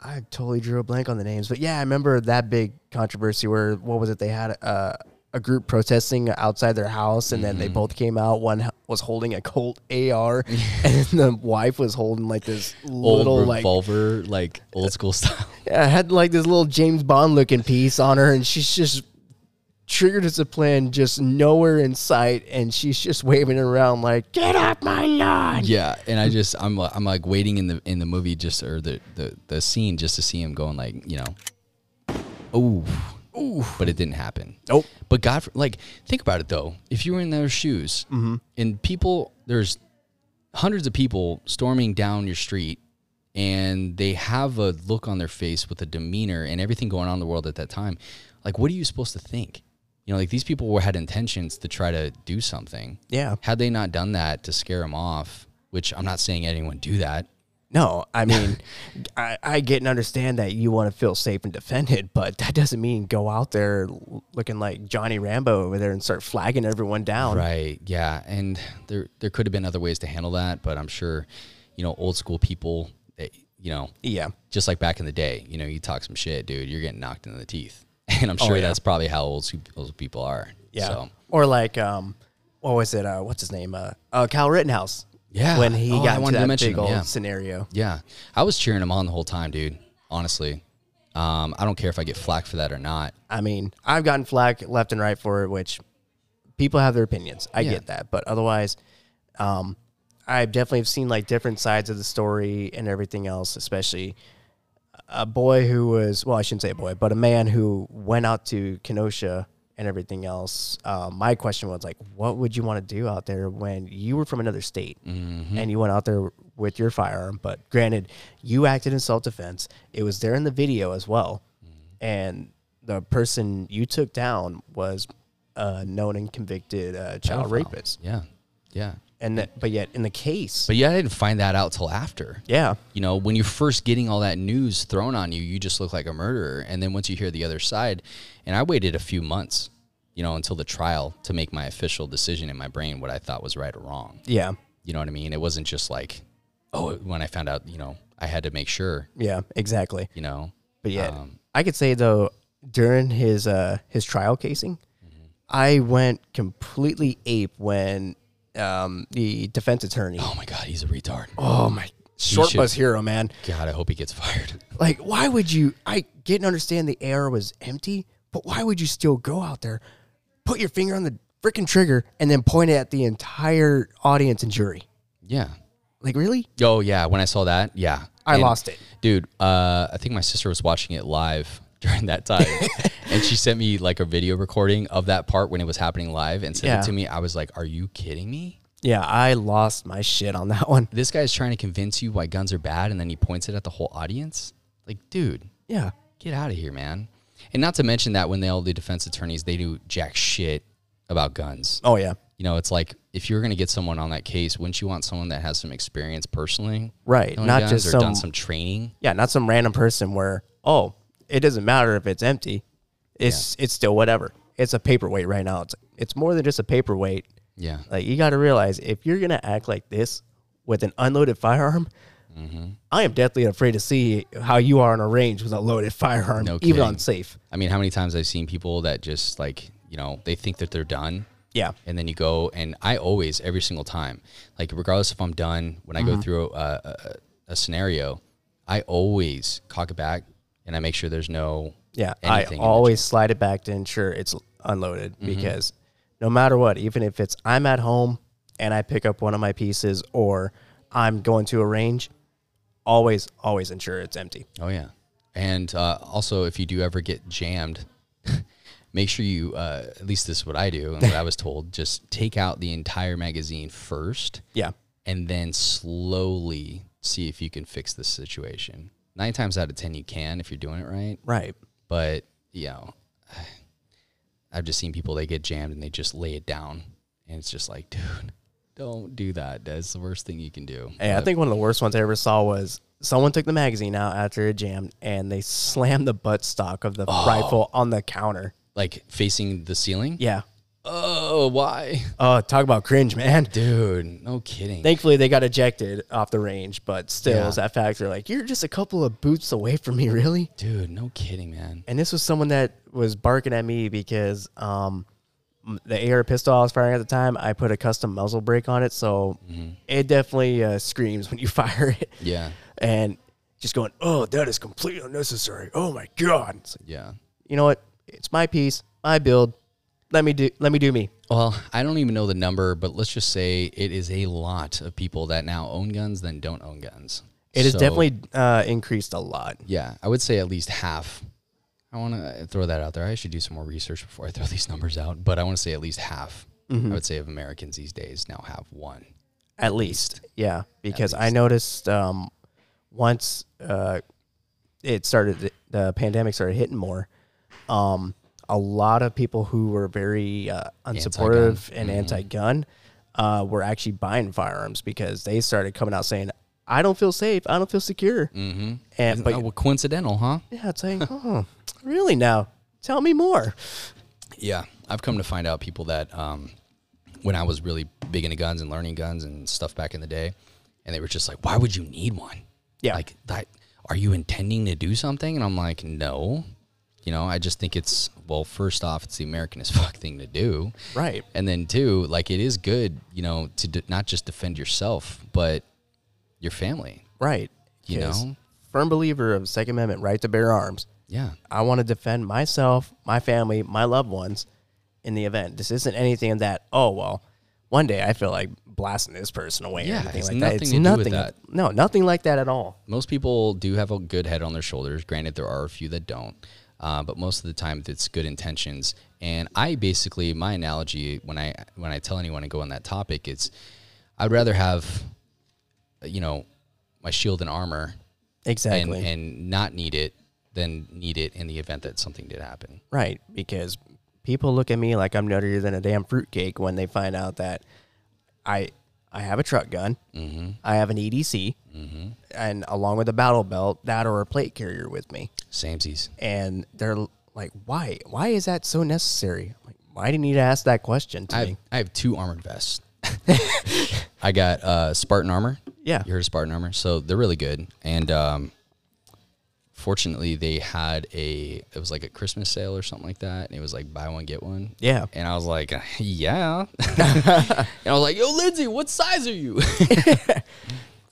B: I totally drew a blank on the names, but yeah, I remember that big controversy where what was it? They had a, a group protesting outside their house, and then they both came out. One h- was holding a Colt AR, and the wife was holding like this
A: Old
B: little like
A: revolver, like old school style.
B: yeah, had like this little James Bond looking piece on her, and she's just trigger discipline just nowhere in sight, and she's just waving it around like get off my lawn.
A: Yeah, and I just I'm li- I'm like waiting in the in the movie just or the the, the scene just to see him going like you know, ooh, ooh, but it didn't happen.
B: Nope.
A: But God, for- like think about it though. If you were in their shoes and people, there's hundreds of people storming down your street, and they have a look on their face with a demeanor and everything going on in the world at that time. Like, what are you supposed to think? You know, like these people were had intentions to try to do something
B: Yeah,
A: had they not done that to scare him off, which I'm not saying anyone do that.
B: No, I mean, I, I get and understand that you want to feel safe and defended, but that doesn't mean go out there l- looking like Johnny Rambo over there and start flagging everyone down.
A: Right. Yeah. And there there could have been other ways to handle that, but I'm sure, you know, old school people, they, you know,
B: Yeah.
A: just like back in the day, you know, you talk some shit, dude, you're getting knocked in the teeth. And I'm sure
B: Oh, yeah.
A: that's probably how old school old people are.
B: Yeah.
A: So,
B: Or like, um, what was it? Uh, what's his name? Uh, uh, Kyle Rittenhouse.
A: Yeah.
B: When he
A: Oh, I
B: got into
A: wanted to
B: that
A: mention
B: big
A: him,
B: old
A: yeah.
B: scenario.
A: yeah. I was cheering him on the whole time, dude. Honestly. Um, I don't care if I get flack for that or not.
B: I mean, I've gotten flack left and right for it, which people have their opinions. I get that, but otherwise, um, I've definitely seen like different sides of the story and everything else. Especially a boy who was well, I shouldn't say a boy, but a man who went out to Kenosha and everything else. Um, my question was like, what would you want to do out there when you were from another state and you went out there with your firearm? But granted, you acted in self defense. It was there in the video as well and the person you took down was a known and convicted uh, child rapist.
A: Yeah. Yeah.
B: And that, but yet in the case,
A: But yeah, I didn't find that out till after.
B: yeah,
A: you know, when you're first getting all that news thrown on you, you just look like a murderer. And then once you hear the other side, and I waited a few months, you know, until the trial to make my official decision in my brain what I thought was right or wrong.
B: yeah,
A: You know what I mean? It wasn't just like, oh, when I found out, you know, I had to make sure,
B: yeah, exactly.
A: you know.
B: But yet,
A: Um,
B: I could say though, during his uh, his trial casing, I went completely ape when um, the defense attorney.
A: Oh my God, he's a retard.
B: Oh my, short
A: should-
B: bus hero, man.
A: God, I hope he gets fired.
B: Like, why would you? I didn't understand the air was empty, but why would you still go out there, put your finger on the freaking trigger, and then point it at the entire audience and jury?
A: Yeah.
B: Like, really?
A: Oh, yeah. When I saw that, yeah.
B: I
A: And-
B: lost it.
A: dude uh, i think my sister was watching it live during that time and she sent me like a video recording of that part when it was happening live and sent
B: Yeah.
A: it to me i was like are you kidding me
B: Yeah, I lost my shit on that one.
A: this guy's trying to convince you why guns are bad and then he points it at the whole audience like dude
B: Yeah.
A: get out of here, man. And not to mention that when they all do defense attorneys, they do jack shit about guns.
B: Oh yeah,
A: You know, it's like if you're going to get someone on that case, wouldn't you want someone that has some experience personally?
B: right.
A: knowing
B: Not
A: guns
B: just
A: or
B: some,
A: done some training.
B: yeah, not some random person where oh, it doesn't matter if it's empty, it's it's still whatever. It's a paperweight right now. It's it's more than just a paperweight.
A: Yeah.
B: Like you got to realize if you're gonna act like this with an unloaded firearm.
A: Mm-hmm.
B: I am deathly afraid to see how you are in a range with a loaded firearm,
A: No
B: even
A: kidding.
B: on safe.
A: I mean, how many times I've seen people that just like, you know, they think that they're done.
B: Yeah.
A: And then you go, and I always, every single time, like, regardless if I'm done, when I
B: Mm-hmm.
A: go through a, a, a scenario, I always cock it back and I make sure there's no
B: Yeah,
A: anything. Mm-hmm. in the-
B: I always slide it back to ensure it's unloaded because no matter what, even if it's I'm at home and I pick up one of my pieces or I'm going to a range, always, always ensure it's empty.
A: Oh yeah, and uh, also if you do ever get jammed, make sure you uh, at least this is what I do and what I was told: just take out the entire magazine first,
B: Yeah,
A: and then slowly see if you can fix the situation. Nine times out of ten, you can if you're doing it right.
B: right.
A: But you know, I've just seen people they get jammed and they just lay it down, and it's just like, dude, don't do that. That's the worst thing you can do.
B: Hey, I think one of the worst ones I ever saw was someone took the magazine out after it jammed and they slammed the buttstock of the
A: Oh.
B: rifle on the counter.
A: Like facing the ceiling.
B: Yeah.
A: Oh, why?
B: Oh, talk about cringe, man.
A: Dude, no kidding.
B: Thankfully, they got ejected off the range, but still,
A: Yeah.
B: it's that factor like you're just a couple of boots away from me, really.
A: Dude, no kidding, man.
B: and this was someone that was barking at me because um, m- the AR pistol I was firing at the time, I put a custom muzzle brake on it, so it definitely uh, screams when you fire it.
A: Mm-hmm. Yeah.
B: And just going, oh, that is completely unnecessary. Oh my god! It's like,
A: Yeah.
B: you know what? It's my piece, my build. Let me do. Let me do me.
A: Well, I don't even know the number, but let's just say it is a lot of people that now own guns than don't own guns.
B: It has
A: So,
B: definitely uh, increased a lot.
A: Yeah, I would say at least half. I want to throw that out there. I should do some more research before I throw these numbers out, but I want to say at least half.
B: Mm-hmm.
A: I would say of Americans these days now have one.
B: at least yeah because i noticed um, once uh, it started the, the pandemic started hitting more um, a lot of people who were very uh, unsupportive and anti-gun uh, were actually buying firearms because they started coming out saying i don't feel safe i don't feel secure mm-hmm. and but
A: oh, well, coincidental, huh?
B: yeah it's like oh really now tell me more
A: Yeah, I've come to find out people that um, when I was really big into guns and learning guns and stuff back in the day, and they were just like, "Why would you need one?
B: Yeah.
A: like that. Are you intending to do something?" And I'm like, "No." You know, I just think it's well. First off, it's the American as fuck thing to do,
B: right
A: and then two, like it is good, you know, to d- not just defend yourself but your family.
B: right
A: You
B: 'Cause
A: know?
B: firm believer of second amendment right to bear arms
A: Yeah,
B: I want to defend myself, my family, my loved ones in the event. This isn't anything that, oh, well, one day I feel like blasting this person away
A: Yeah,
B: or anything
A: it's
B: like
A: nothing
B: that.
A: to do with that.
B: No, nothing like that at all.
A: most people do have a good head on their shoulders. Granted, there are a few that don't, uh, but most of the time, it's good intentions. And I basically, my analogy when I when I tell anyone to go on that topic, it's I'd rather have, you know, my shield and armor and
B: Exactly.
A: and not need it than need it in the event that something did happen.
B: right. Because people look at me like I'm nuttier than a damn fruitcake when they find out that I. I have a truck gun. Mm-hmm. I have an EDC, mm-hmm. and along with a battle belt, that or a plate carrier with me.
A: Samesies.
B: and they're like, "Why? Why is that so necessary?" I'm like, why do you need to ask that question to
A: I have,
B: me?
A: I have two armored vests. I got uh, Spartan armor.
B: Yeah.
A: you heard of Spartan armor, so they're really good. And um, fortunately, they had a it was like a Christmas sale or something like that, and it was like buy one get one.
B: Yeah.
A: and I was like, uh, yeah. and I was like, yo, Lindsay, what size are you?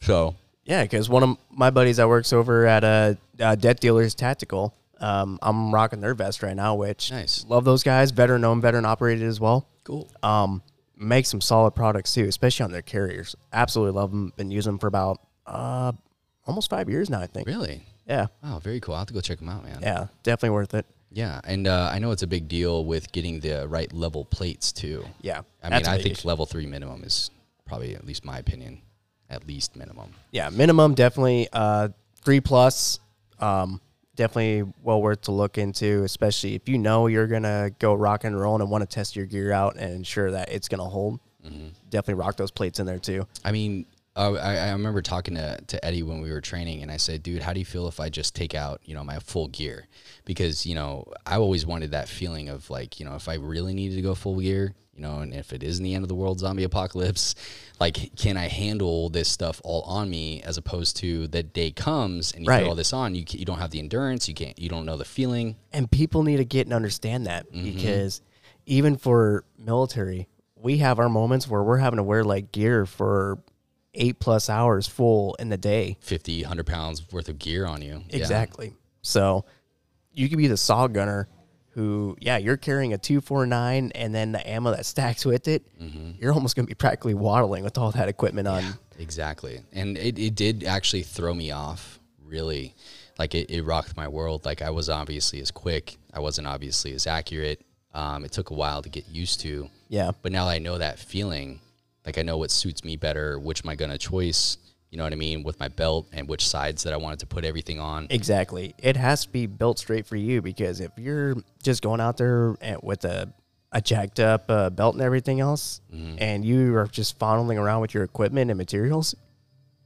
A: so
B: Yeah, because one of my buddies that works over at a, uh debt dealers tactical, um, I'm rocking their vest right now, which
A: Nice.
B: love those guys, veteran owned, veteran operated as well.
A: cool.
B: Um, make some solid products too, especially on their carriers. Absolutely love them. Been using them for about uh, almost five years now, I think.
A: Really?
B: Yeah,
A: Wow, very cool. I will have to go check them out, man.
B: yeah, definitely worth it.
A: Yeah, and uh, I know it's a big deal with getting the right level plates too.
B: Yeah,
A: I mean,
B: that's a
A: I
B: big
A: think
B: issue.
A: level three minimum is probably at least my opinion, at least minimum.
B: yeah, minimum definitely uh, three plus. Um, definitely well worth to look into, especially if you know you're gonna go rock and roll and want to test your gear out and ensure that it's gonna hold. Definitely rock those plates in there too.
A: I mean, uh, I, I remember talking to, to Eddie when we were training, and I said, "Dude, how do you feel if I just take out, you know, my full gear?" Because you know, I always wanted that feeling of like, you know, if I really needed to go full gear, you know, and if it is in the end of the world zombie apocalypse, like, can I handle this stuff all on me? As opposed to the day comes and you
B: Right.
A: put all this on, you ca- you don't have the endurance, you can't, you don't know the feeling.
B: and people need to get and understand that because even for military, we have our moments where we're having to wear like gear for eight plus hours full in the day.
A: 50, 100 pounds worth of gear on you. Yeah.
B: Exactly. So you could be the saw gunner who, yeah, you're carrying a 249 and then the ammo that stacks with it.
A: Mm-hmm.
B: You're almost going to be practically waddling with all that equipment on.
A: Exactly. And it, it did actually throw me off, really. Like it, it rocked my world. Like I was obviously as quick, I wasn't obviously as accurate. Um, it took a while to get used to.
B: Yeah.
A: But now I know that feeling. Like I know what suits me better, which my gun of choice, you know what I mean, with my belt and which sides that I wanted to put everything on.
B: Exactly. It has to be built straight for you because if you're just going out there and with a, a jacked up uh, belt and everything else,
A: Mm-hmm.
B: and you are just fondling around with your equipment and materials,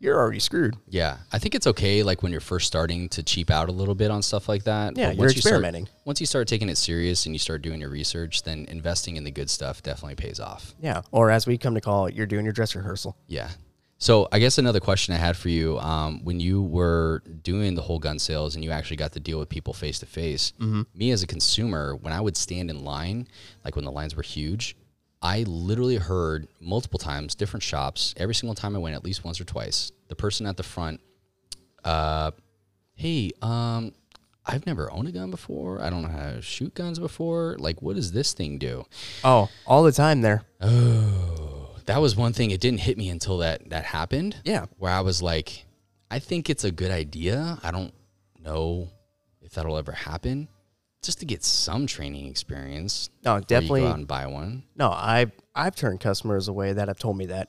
B: you're already screwed.
A: Yeah, I think it's okay. Like when you're first starting to cheap out a little bit on stuff like that.
B: Yeah,
A: but
B: you're
A: once you start-
B: experimenting.
A: once you start taking it serious and you start doing your research, then investing in the good stuff definitely pays off.
B: Yeah. Or as we come to call it, you're doing your dress rehearsal.
A: Yeah. So I guess another question I had for you, um, when you were doing the whole gun sales and you actually got to deal with people face to face, me as a consumer, when I would stand in line, like when the lines were huge, I literally heard multiple times, different shops, every single time I went, at least once or twice, the person at the front, uh, hey, um, I've never owned a gun before. I don't know how to shoot guns before. Like, what does this thing do?
B: Oh, all the time there.
A: Oh, that was one thing it didn't hit me until that that happened
B: Yeah.
A: where i was like i think it's a good idea i don't know if that'll ever happen just to get some training experience
B: No, definitely.
A: you go out and buy one
B: No, I I've turned customers away that have told me that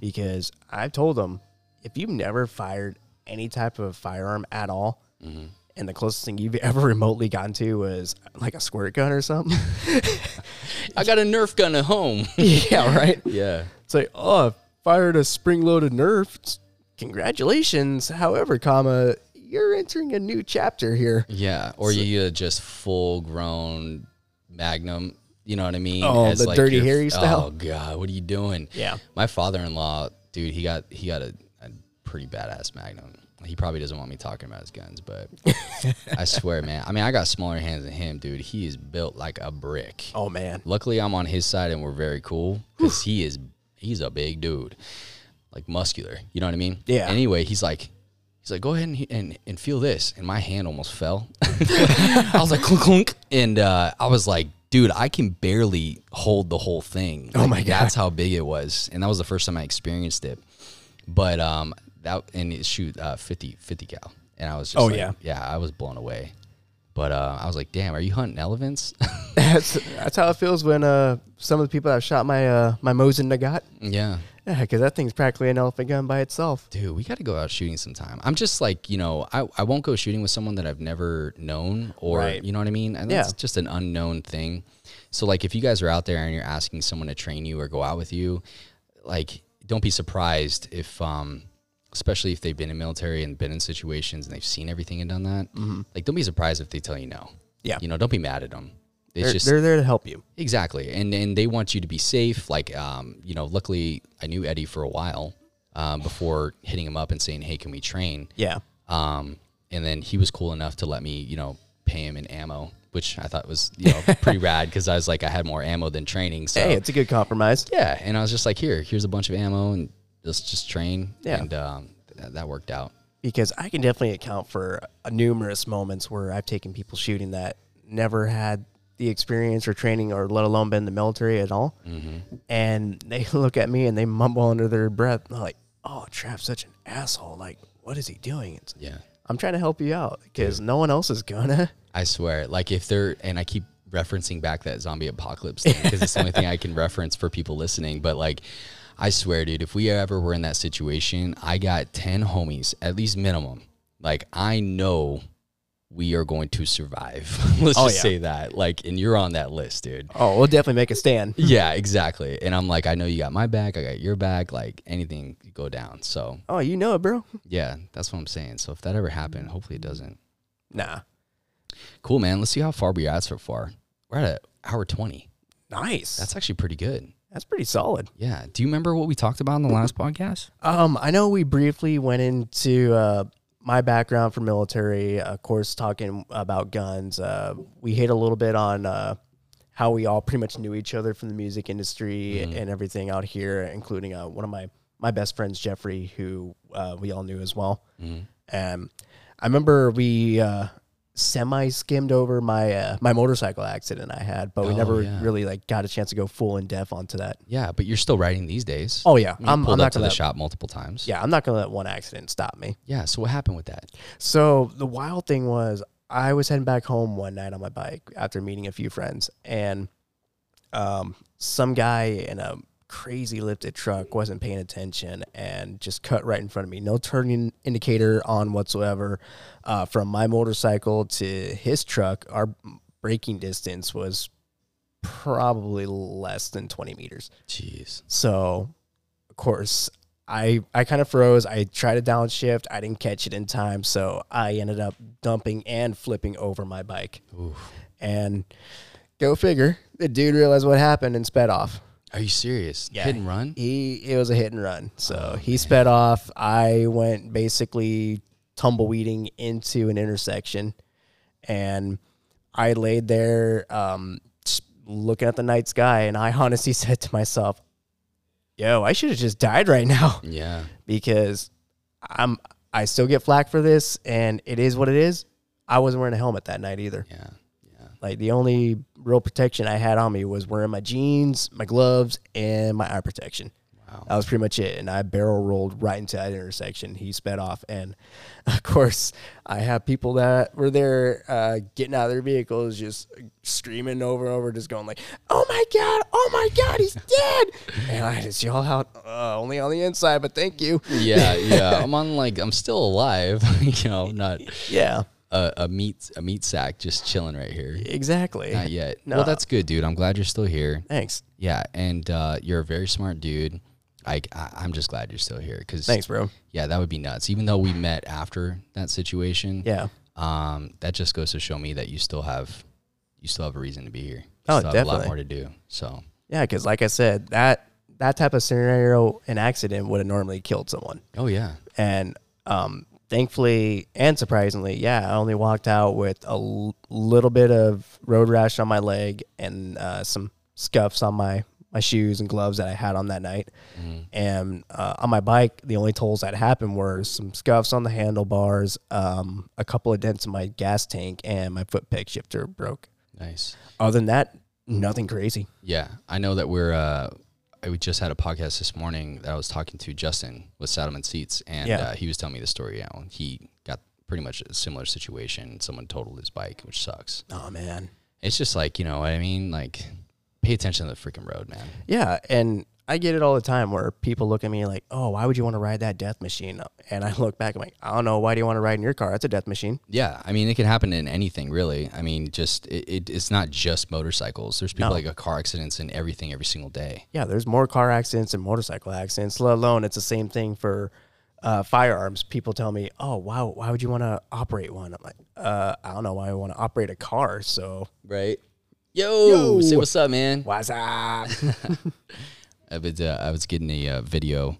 B: because I've told them if you've never fired any type of firearm at all, and the closest thing you've ever remotely gotten to was like a squirt gun or something,
A: i got a nerf gun at home
B: yeah, right.
A: yeah
B: It's like oh, I fired a spring-loaded Nerf. It's- Congratulations. However, comma, you're entering a new chapter here.
A: yeah or you get a just full grown magnum you know what i mean
B: Oh, the Dirty
A: your-
B: Harry style?
A: oh god what are you doing
B: Yeah.
A: my father-in-law dude he got he got a, a pretty badass magnum he probably doesn't want me talking about his guns but i swear man i mean i got smaller hands than him dude he is built like a brick
B: Oh man,
A: luckily i'm on his side and we're very cool because he is he's a big dude like muscular you know what i mean
B: Yeah.
A: anyway he's like he's like go ahead and, and, and feel this and my hand almost fell i was like clunk clunk and uh, i was like dude i can barely hold the whole thing oh
B: my God.
A: that's how big it was and that was the first time i experienced it but um that and it shoot uh 50 50 cal and i was just
B: Oh,
A: like,
B: yeah.
A: yeah i was blown away but uh, i was like damn are you hunting elephants
B: that's that's how it feels when uh some of the people that shot my uh my Mosin Nagant.
A: yeah
B: Yeah, because that thing's practically an elephant gun by itself.
A: dude, we got to go out shooting sometime. I'm just like, you know, I, I won't go shooting with someone that I've never known or,
B: Right.
A: you know what I mean? And
B: Yeah.
A: that's just an unknown thing. So, like, if you guys are out there and you're asking someone to train you or go out with you, like, don't be surprised if, um, especially if they've been in military and been in situations and they've seen everything and done that. Like, don't be surprised if they tell you no.
B: Mm-hmm. Yeah.
A: You know, don't be mad at them. It's
B: They're,
A: just
B: they're there to help you.
A: Exactly, and and they want you to be safe. Like, um, you know, luckily I knew Eddie for a while um, before hitting him up and saying, "Hey, can we train?"
B: Yeah.
A: Um, and then he was cool enough to let me, you know, pay him in ammo, which I thought was you know pretty rad because I was like I had more ammo than training. So
B: Hey, it's a good compromise.
A: yeah, and I was just like, here, here's a bunch of ammo, and let's just train.
B: Yeah.
A: and um, th- that worked out.
B: Because I can definitely account for uh, numerous moments where I've taken people shooting that never had the experience or training or let alone been in the military at all. And they look at me and they mumble under their breath, and they're like, oh, Trap's such an asshole. Like, what is he doing? It's,
A: Yeah.
B: I'm trying to help you out because no one else is gonna.
A: I swear, like if they're and I keep referencing back that zombie apocalypse thing because it's the only thing I can reference for people listening. But like, I swear, dude, if we ever were in that situation, I got ten homies at least minimum. Like I know we are going to survive. Let's
B: Oh,
A: just
B: yeah.
A: say that. Like, and you're on that list, dude.
B: Oh, we'll definitely make a stand.
A: yeah, exactly. And I'm like, I know you got my back, I got your back, like anything could go down. So
B: Oh, you know it, bro.
A: yeah, that's what I'm saying. So if that ever happened, hopefully it doesn't.
B: Nah.
A: Cool, man. Let's see how far we are at so far. We're at an hour twenty.
B: Nice. That's
A: That's actually pretty good.
B: that's pretty solid.
A: Yeah. Do you remember what we talked about in the last podcast?
B: Um, I know we briefly went into uh, my background for military, of course, talking about guns. Uh, we hit a little bit on uh, how we all pretty much knew each other from the music industry
A: Mm-hmm.
B: and everything out here, including uh, one of my my best friends, Jeffrey, who uh, we all knew as well.
A: Mm-hmm.
B: Um, I remember we uh, semi skimmed over my uh, my motorcycle accident I had, but we
A: Oh,
B: never
A: yeah.
B: really like got a chance to go full in depth onto that.
A: Yeah, but you're still writing these days.
B: Oh yeah,
A: You
B: I'm,
A: pulled
B: I'm
A: up
B: not
A: to
B: gonna
A: the
B: let,
A: shop multiple times.
B: yeah I'm not gonna let one accident stop me.
A: Yeah. So what happened with that?
B: So the wild thing was, I was heading back home one night on my bike after meeting a few friends, and um, some guy in a crazy lifted truck wasn't paying attention and just cut right in front of me. No turning indicator on whatsoever. Uh, from my motorcycle to his truck, our braking distance was probably less than 20 meters.
A: Jeez.
B: So, of course, I I kind of froze. I tried to downshift. I didn't catch it in time, so I ended up dumping and flipping over my bike.
A: Oof.
B: And go figure, the dude realized what happened and sped off.
A: Are you serious?
B: Yeah.
A: Hit and run?
B: He it was a hit and run. So he sped off. I went basically tumbleweeding into an intersection, and I laid there um, just looking at the night sky. And I honestly said to myself, "Yo, I should have just died right now."
A: Yeah.
B: because I'm I still get flack for this, and it is what it is. I wasn't wearing a helmet that night either.
A: Yeah. Yeah.
B: Like the only real protection I had on me was wearing my jeans, my gloves, and my eye protection.
A: Wow.
B: That was pretty much it. And I barrel rolled right into that intersection. He sped off, and of course, I have people that were there uh, getting out of their vehicles, just screaming over and over, just going like, "Oh my god! Oh my god! He's dead!" and I just yell out, uh, "Only on the inside, but thank you."
A: Yeah. Yeah. I'm on like, I'm still alive, you know, not
B: Yeah.
A: a, a meat, a meat sack just chilling right here.
B: Exactly.
A: Not yet.
B: No.
A: Well, that's good, dude. I'm glad you're still here.
B: Thanks.
A: Yeah. And uh, you're a very smart dude. Like, I, I'm just glad you're still here because,
B: Thanks, bro.
A: yeah, that would be nuts. Even though we met after that situation,
B: Yeah.
A: um, that just goes to show me that you still have, you still have a reason to be here. You
B: Oh,
A: still Have a lot
B: definitely.
A: more to do. So,
B: Yeah, because like I said, that that type of scenario, an accident would have normally killed someone,
A: oh, yeah.
B: and um, thankfully and surprisingly, yeah, I only walked out with a l- little bit of road rash on my leg and uh, some scuffs on my my shoes and gloves that I had on that night. And uh, on my bike, the only tolls that happened were some scuffs on the handlebars, um, a couple of dents in my gas tank, and my foot peg shifter broke.
A: Nice.
B: other than that, nothing crazy.
A: Yeah, I know that we're. Uh, I- we just had a podcast this morning that I was talking to Justin with Saddleman Seats, and
B: Yeah.
A: uh, he was telling me the story. You know, he got pretty much a similar situation. Someone totaled his bike, which sucks.
B: Oh man.
A: It's just like you know what I mean. Like, pay attention to the freaking road, man.
B: Yeah, and I get it all the time where people look at me like, "Oh, why would you want to ride that death machine?" And I look back, I'm like, "I don't know. Why do you want to ride in your car? That's a death machine."
A: Yeah, I mean it can happen in anything, really. I mean, just it, it, it's not just motorcycles. There's people
B: No.
A: like a car accidents and everything every single day.
B: Yeah, there's more car accidents and motorcycle accidents. Let alone, it's the same thing for uh, firearms. People tell me, "Oh, wow, why would you want to operate one?" I'm like, uh, "I don't know why I want to operate a car." So
A: Right. Yo,
B: Yo.
A: say what's up, man.
B: why's up?
A: I was, uh, I was getting a uh, video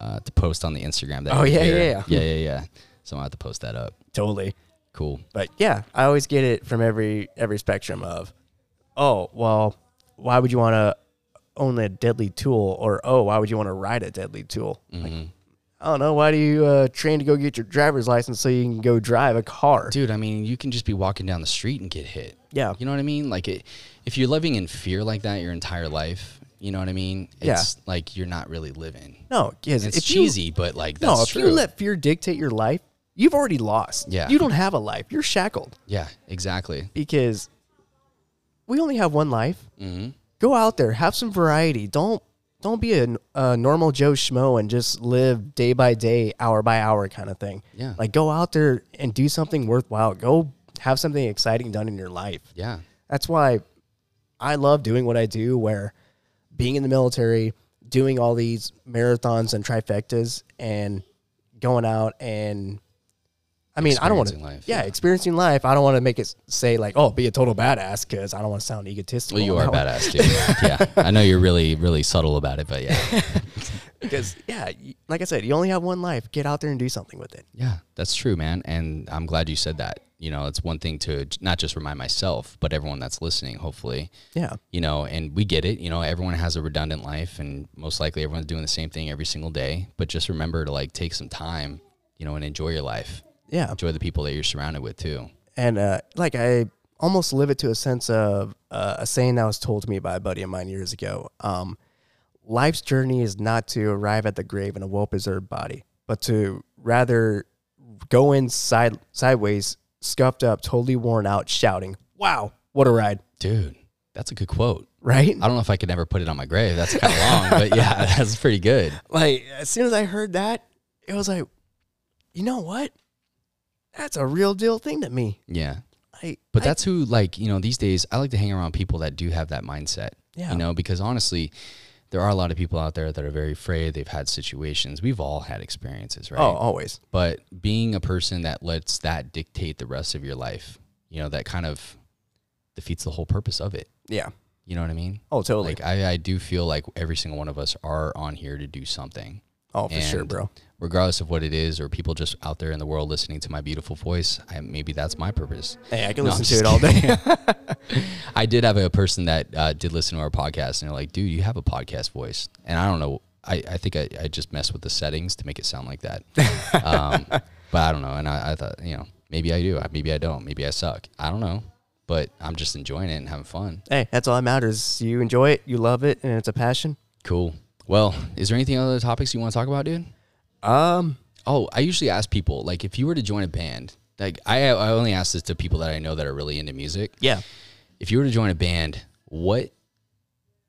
A: uh, to post on the Instagram. That
B: Oh,
A: you
B: yeah,
A: hear.
B: yeah,
A: yeah, yeah, yeah. So I have to post that up.
B: totally.
A: Cool.
B: But yeah, I always get it from every every spectrum of, oh well, why would you want to own a deadly tool, or oh, why would you want to ride a deadly tool? Like,
A: Mm-hmm.
B: I don't know. Why do you uh, train to go get your driver's license so you can go drive a car?
A: Dude, I mean, you can just be walking down the street and get hit.
B: Yeah.
A: You know what I mean? Like, it, if you're living in fear like that your entire life, you know what I mean?
B: Yeah.
A: It's like you're not really living.
B: No, because
A: It's
B: if you-
A: cheesy, but like that's
B: no, if
A: true.
B: you let fear dictate your life, you've already lost.
A: Yeah.
B: you don't have a life. You're shackled
A: yeah, exactly.
B: because we only have one life. Mm-hmm. Go out there, have some variety. Don't don't be a, a normal Joe Schmo and just live day by day, hour by hour kind of thing.
A: Yeah.
B: Like go out there and do something worthwhile. Go have something exciting done in your life.
A: Yeah.
B: That's why I love doing what I do, where being in the military, doing all these marathons and trifectas, and going out and I mean, I don't want to.
A: Experiencing life,
B: yeah, experiencing life. I don't want to make it s- say like, "Oh, be a total badass," because I don't want to sound egotistical.
A: Well, you are a badass, dude. yeah. I know you're really, really subtle about it, but yeah.
B: Because yeah, y- like I said, you only have one life. Get out there and do something with it.
A: Yeah, that's true, man. And I'm glad you said that. You know, it's one thing to j- not just remind myself, but everyone that's listening, hopefully.
B: Yeah,
A: You know, and we get it. You know, everyone has a redundant life, and most likely everyone's doing the same thing every single day. But just remember to like take some time, you know, and enjoy your life.
B: yeah.
A: Enjoy the people that you're surrounded with too.
B: and uh, like I almost live it to a sense of uh, a saying that was told to me by a buddy of mine years ago. Um, Life's journey is not to arrive at the grave in a well-preserved body, but to rather go in side sideways, scuffed up, totally worn out, shouting, "Wow, what a ride!"
A: Dude, that's a good quote.
B: Right?
A: I don't know if I could ever put it on my grave. That's kind of long, but yeah, that's pretty good.
B: Like as soon as I heard that, it was like, you know what? That's a real deal thing to me.
A: Yeah.
B: I,
A: But
B: I-
A: that's who, like, you know, these days I like to hang around people that do have that mindset.
B: Yeah.
A: You know, because honestly, there are a lot of people out there that are very afraid. They've had situations. We've all had experiences, right?
B: oh, always.
A: But being a person that lets that dictate the rest of your life, you know, that kind of defeats the whole purpose of it.
B: Yeah.
A: You know what I mean?
B: Oh, totally.
A: Like, I, I do feel like every single one of us are on here to do something
B: oh, for sure,
A: and-
B: bro.
A: regardless of what it is, or people just out there in the world listening to my beautiful voice, I, maybe that's my purpose.
B: Hey, I can
A: No, I'm
B: listen
A: just
B: to it all day.
A: I did have a person that uh, did listen to our podcast, and they're like, "Dude, you have a podcast voice," and I don't know. I, I think I, I just messed with the settings to make it sound like that, um, but I don't know. And I, I thought, you know, maybe I do, maybe I don't, maybe I suck. I don't know, but I'm just enjoying it and having fun.
B: hey, that's all that matters. You enjoy it, you love it, and it's a passion.
A: Cool. Well, is there anything other topics you want to talk about, dude?
B: Um,
A: Oh, I usually ask people like if you were to join a band. Like I, I only ask this to people that I know that are really into music.
B: yeah.
A: If you were to join a band, what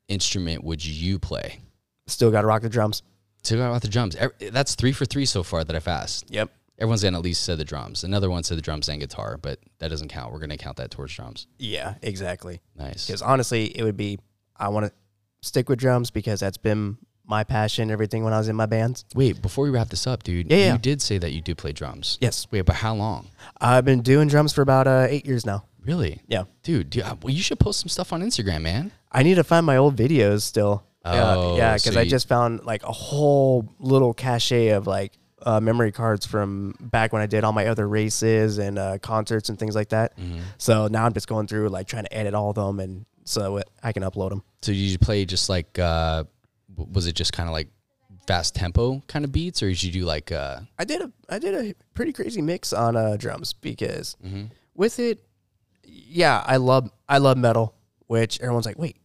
A: instrument would you play?
B: Still got to rock the drums.
A: So about the drums. Ev- That's three for three so far that I've asked.
B: Yep.
A: Everyone's in at least said the drums. Another one said the drums and guitar, but that doesn't count. We're gonna count that towards drums.
B: Yeah, exactly.
A: Nice.
B: Because honestly, it would be I want to stick with drums because that's been my passion. Everything when I was in my bands.
A: Wait, before we wrap this up, dude,
B: Yeah, yeah.
A: you did say that you do play drums.
B: Yes,
A: Wait, but how long?
B: I've been doing drums for about uh, eight years now.
A: Really?
B: Yeah,
A: Dude, dude, uh, well, you should post some stuff on Instagram, man.
B: I need to find my old videos still.
A: Oh,
B: uh, yeah, because
A: so
B: I
A: you-
B: just found like a whole little cache of like uh, memory cards from back when I did all my other races and uh, concerts and things like that. So now I'm just going through like trying to edit all of them and so it, I can upload them.
A: So did you play just like uh w- was it just kind of like fast tempo kind of beats or did you do like uh
B: I did a I did a pretty crazy mix on uh, drums because with it, yeah, I love I love metal, which everyone's like, wait,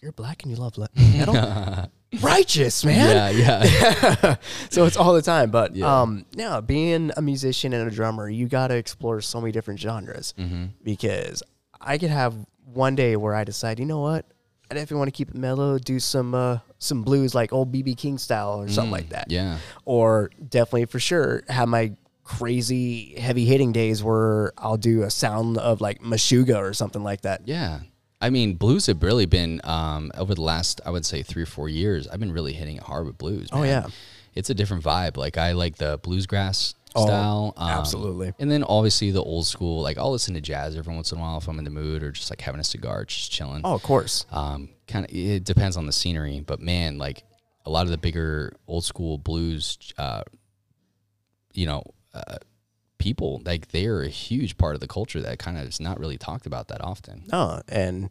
B: you're black and you love le- metal, righteous man.
A: Yeah, yeah.
B: so it's all the time. But
A: Yeah.
B: um, now being a musician and a drummer, you got to explore so many different genres
A: Mm-hmm.
B: because I could have one day where I decide, you know what, I definitely want to keep it mellow, do some uh, some blues like old BB King style or something like that.
A: Mm, yeah.
B: Or definitely for sure have my crazy heavy hitting days where I'll do a sound of like Meshuga or something like that.
A: Yeah. I mean, blues have really been um, over the last, I would say, three or four years. I've been really hitting it hard with blues. Man.
B: Oh, yeah.
A: it's a different vibe. Like I like the bluesgrass style, um,
B: Oh, absolutely.
A: and then obviously the old school. Like I'll listen to jazz every once in a while if I'm in the mood or just like having a cigar, just chilling.
B: Oh, of course.
A: Um, kind of it depends on the scenery, but man, like a lot of the bigger old school blues, uh, you know, uh, people like they are a huge part of the culture that kind of is not really talked about that often.
B: No, and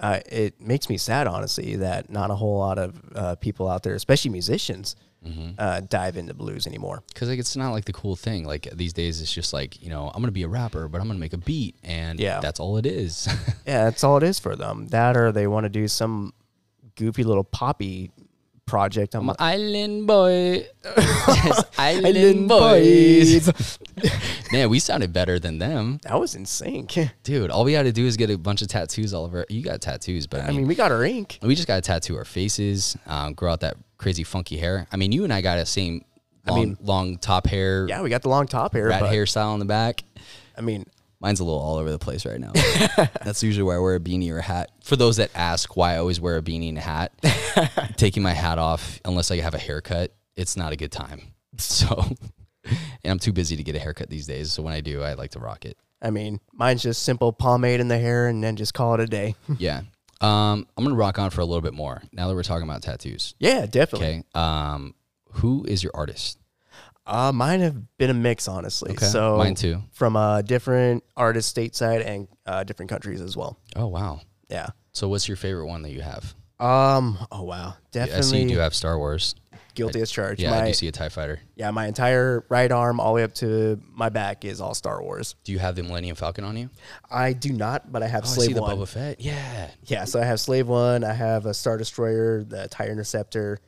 B: uh, it makes me sad, honestly, that not a whole lot of uh, people out there, especially musicians, uh, dive into blues anymore.
A: because like it's not like the cool thing like these days it's just like you know i'm gonna be a rapper but i'm gonna make a beat and
B: Yeah.
A: that's all it is
B: Yeah, that's all it is for them. That or they want to do some goofy little poppy project. I'm
A: i'm an
B: like,
A: island boy Yes, island,
B: Island
A: boys Man, we sounded better than them.
B: That was insane.
A: Dude, all we got to do is get a bunch of tattoos all over. You got tattoos, but I
B: I
A: mean,
B: mean, we got our ink.
A: we just got to tattoo our faces, um, grow out that crazy funky hair. I mean, you and I got a same long,
B: mean-
A: long top hair,
B: Yeah, we got the long top hair.
A: rat
B: but,
A: hairstyle on the back.
B: I mean,
A: Mine's a little all over the place right now. That's usually why I wear a beanie or a hat. For those that ask why I always wear a beanie and a hat, taking my hat off unless I have a haircut, it's not a good time. So, and I'm too busy to get a haircut these days. So when I do, I like to rock it.
B: I mean, mine's just simple pomade in the hair and then just call it a day.
A: Yeah. Um, I'm gonna rock on for a little bit more now that we're talking about tattoos.
B: yeah, definitely.
A: Okay. Um, who is your artist?
B: Uh, mine have been a mix, honestly.
A: Okay.
B: So
A: Mine too.
B: From uh, different artists stateside and uh, different countries as well.
A: Oh wow.
B: Yeah.
A: So what's your favorite one that you have?
B: Um. Oh wow.
A: I see you
B: Definitely
A: do have Star Wars.
B: guilty as charged.
A: Yeah, I
B: my,
A: do see a Tie Fighter.
B: yeah. My entire right arm, all the way up to my back, is all Star Wars.
A: Do you have the Millennium Falcon on you?
B: I do not, but I have
A: Oh, I see
B: slave
A: the
B: one.
A: Boba Fett. Yeah.
B: Yeah, so I have Slave One, I have a Star Destroyer, the Tire Interceptor.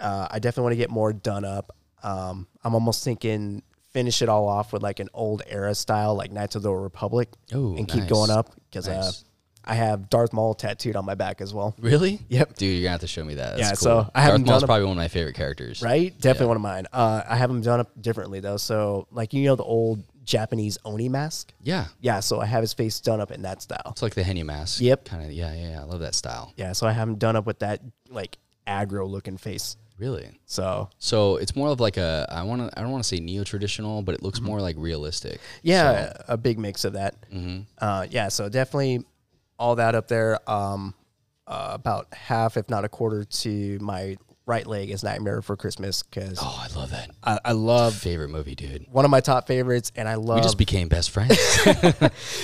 B: Uh, I definitely want to get more done up. Um, I'm almost thinking finish it all off with like an old era style, like Knights of the Old Republic,
A: Oh,
B: and keep
A: nice.
B: going up because uh,
A: Nice.
B: I have Darth Maul tattooed on my back as well.
A: Really?
B: Yep.
A: Dude, you're gonna have to show me that. That's
B: Yeah,
A: cool.
B: so I
A: Darth
B: haven't
A: Maul's
B: done a-
A: probably one of my favorite characters.
B: Right? Definitely one of mine. Uh, I have them done up differently though. So like you know the old Japanese oni mask.
A: Yeah.
B: Yeah, so I have his face done up in that style.
A: It's like the Henny mask.
B: Yep.
A: Kind of. Yeah, yeah, yeah. I love that style.
B: Yeah, so I have him done up with that like aggro looking face.
A: Really.
B: So
A: So it's more of like a I want to I don't want to say neo traditional, but it looks
B: Mm-hmm.
A: more like realistic.
B: Yeah, a big mix of that.
A: Mm-hmm.
B: Uh, yeah, so definitely all that up there. Um, uh, about half, if not a quarter, to my right leg is Nightmare for Christmas because
A: Oh, I love that.
B: I, I love
A: Favorite movie, dude.
B: one of my top favorites, and I
A: We
B: love
A: just became best friends.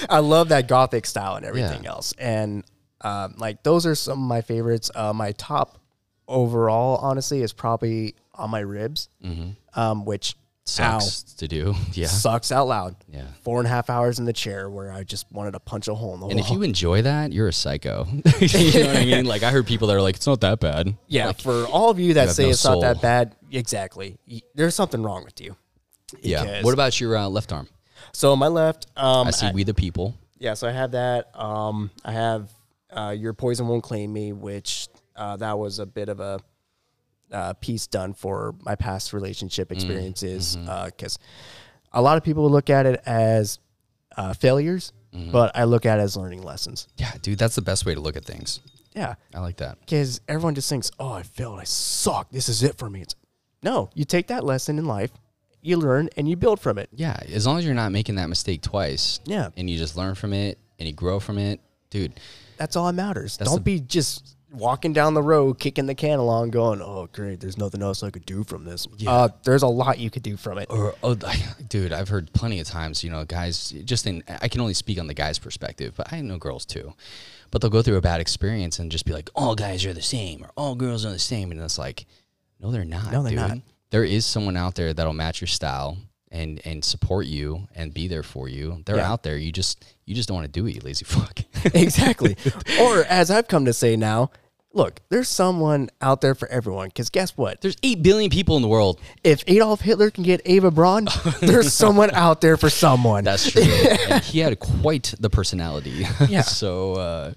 B: I love that gothic style and everything
A: Yeah.
B: else. And um, like those are some of my favorites. Uh, my top overall, honestly, is probably on my ribs, um, which
A: Mm-hmm. Sucks to do. Yeah.
B: ow, sucks out loud.
A: Yeah.
B: Four and a half hours in the chair where I just wanted to punch a hole in the
A: And
B: wall.
A: if you enjoy that, you're a psycho. you know what I mean? Like I heard people that are like, it's not that bad.
B: Yeah, for all of you that
A: have
B: say
A: no
B: it's not that
A: soul.
B: bad, exactly. Y- There's something wrong with you.
A: Yeah.
B: Because-
A: What about your uh, left arm?
B: So my left, um,
A: I see We the People.
B: yeah. So I have that. Um, I have uh, your poison won't claim me, which uh, that was a bit of a uh, piece done for my past
A: Mm,
B: relationship experiences
A: mm-hmm.
B: because a lot of people would look at it as uh, failures,
A: Mm-hmm.
B: but I look at it as learning lessons.
A: Yeah, dude, that's the best way to look at things.
B: Yeah,
A: I like that.
B: because everyone just thinks, "Oh, I failed. I suck. This is it for me." It's, no, you take that lesson in life, you learn, and you build from it.
A: Yeah, as long as you're not making that mistake twice.
B: Yeah.
A: And you just learn from it and you grow from it. Dude,
B: That's all that matters. Don't be just walking down the road, kicking the can along, going, "Oh, great. There's nothing else I could do from this." Uh, there's a lot you could do from it.
A: or oh, dude, I've heard plenty of times, you know, guys. Just in, I can only speak on the guys' perspective, but I know girls too. But they'll go through a bad experience and just be like, "All guys are the same," or "All girls are the same," and it's like, no, they're not.
B: No, they're
A: dude.
B: not.
A: There is someone out there that'll match your style and and support you and be there for you. They're
B: Yeah.
A: out there. You just you just don't want to do it, you lazy fuck.
B: exactly. or as I've come to say now, look, there's someone out there for everyone. Because guess what?
A: There's eight billion people in the world.
B: If Adolf Hitler can get Ava Braun, there's someone out there for someone.
A: That's true. and he had quite the personality.
B: Yeah.
A: so, uh,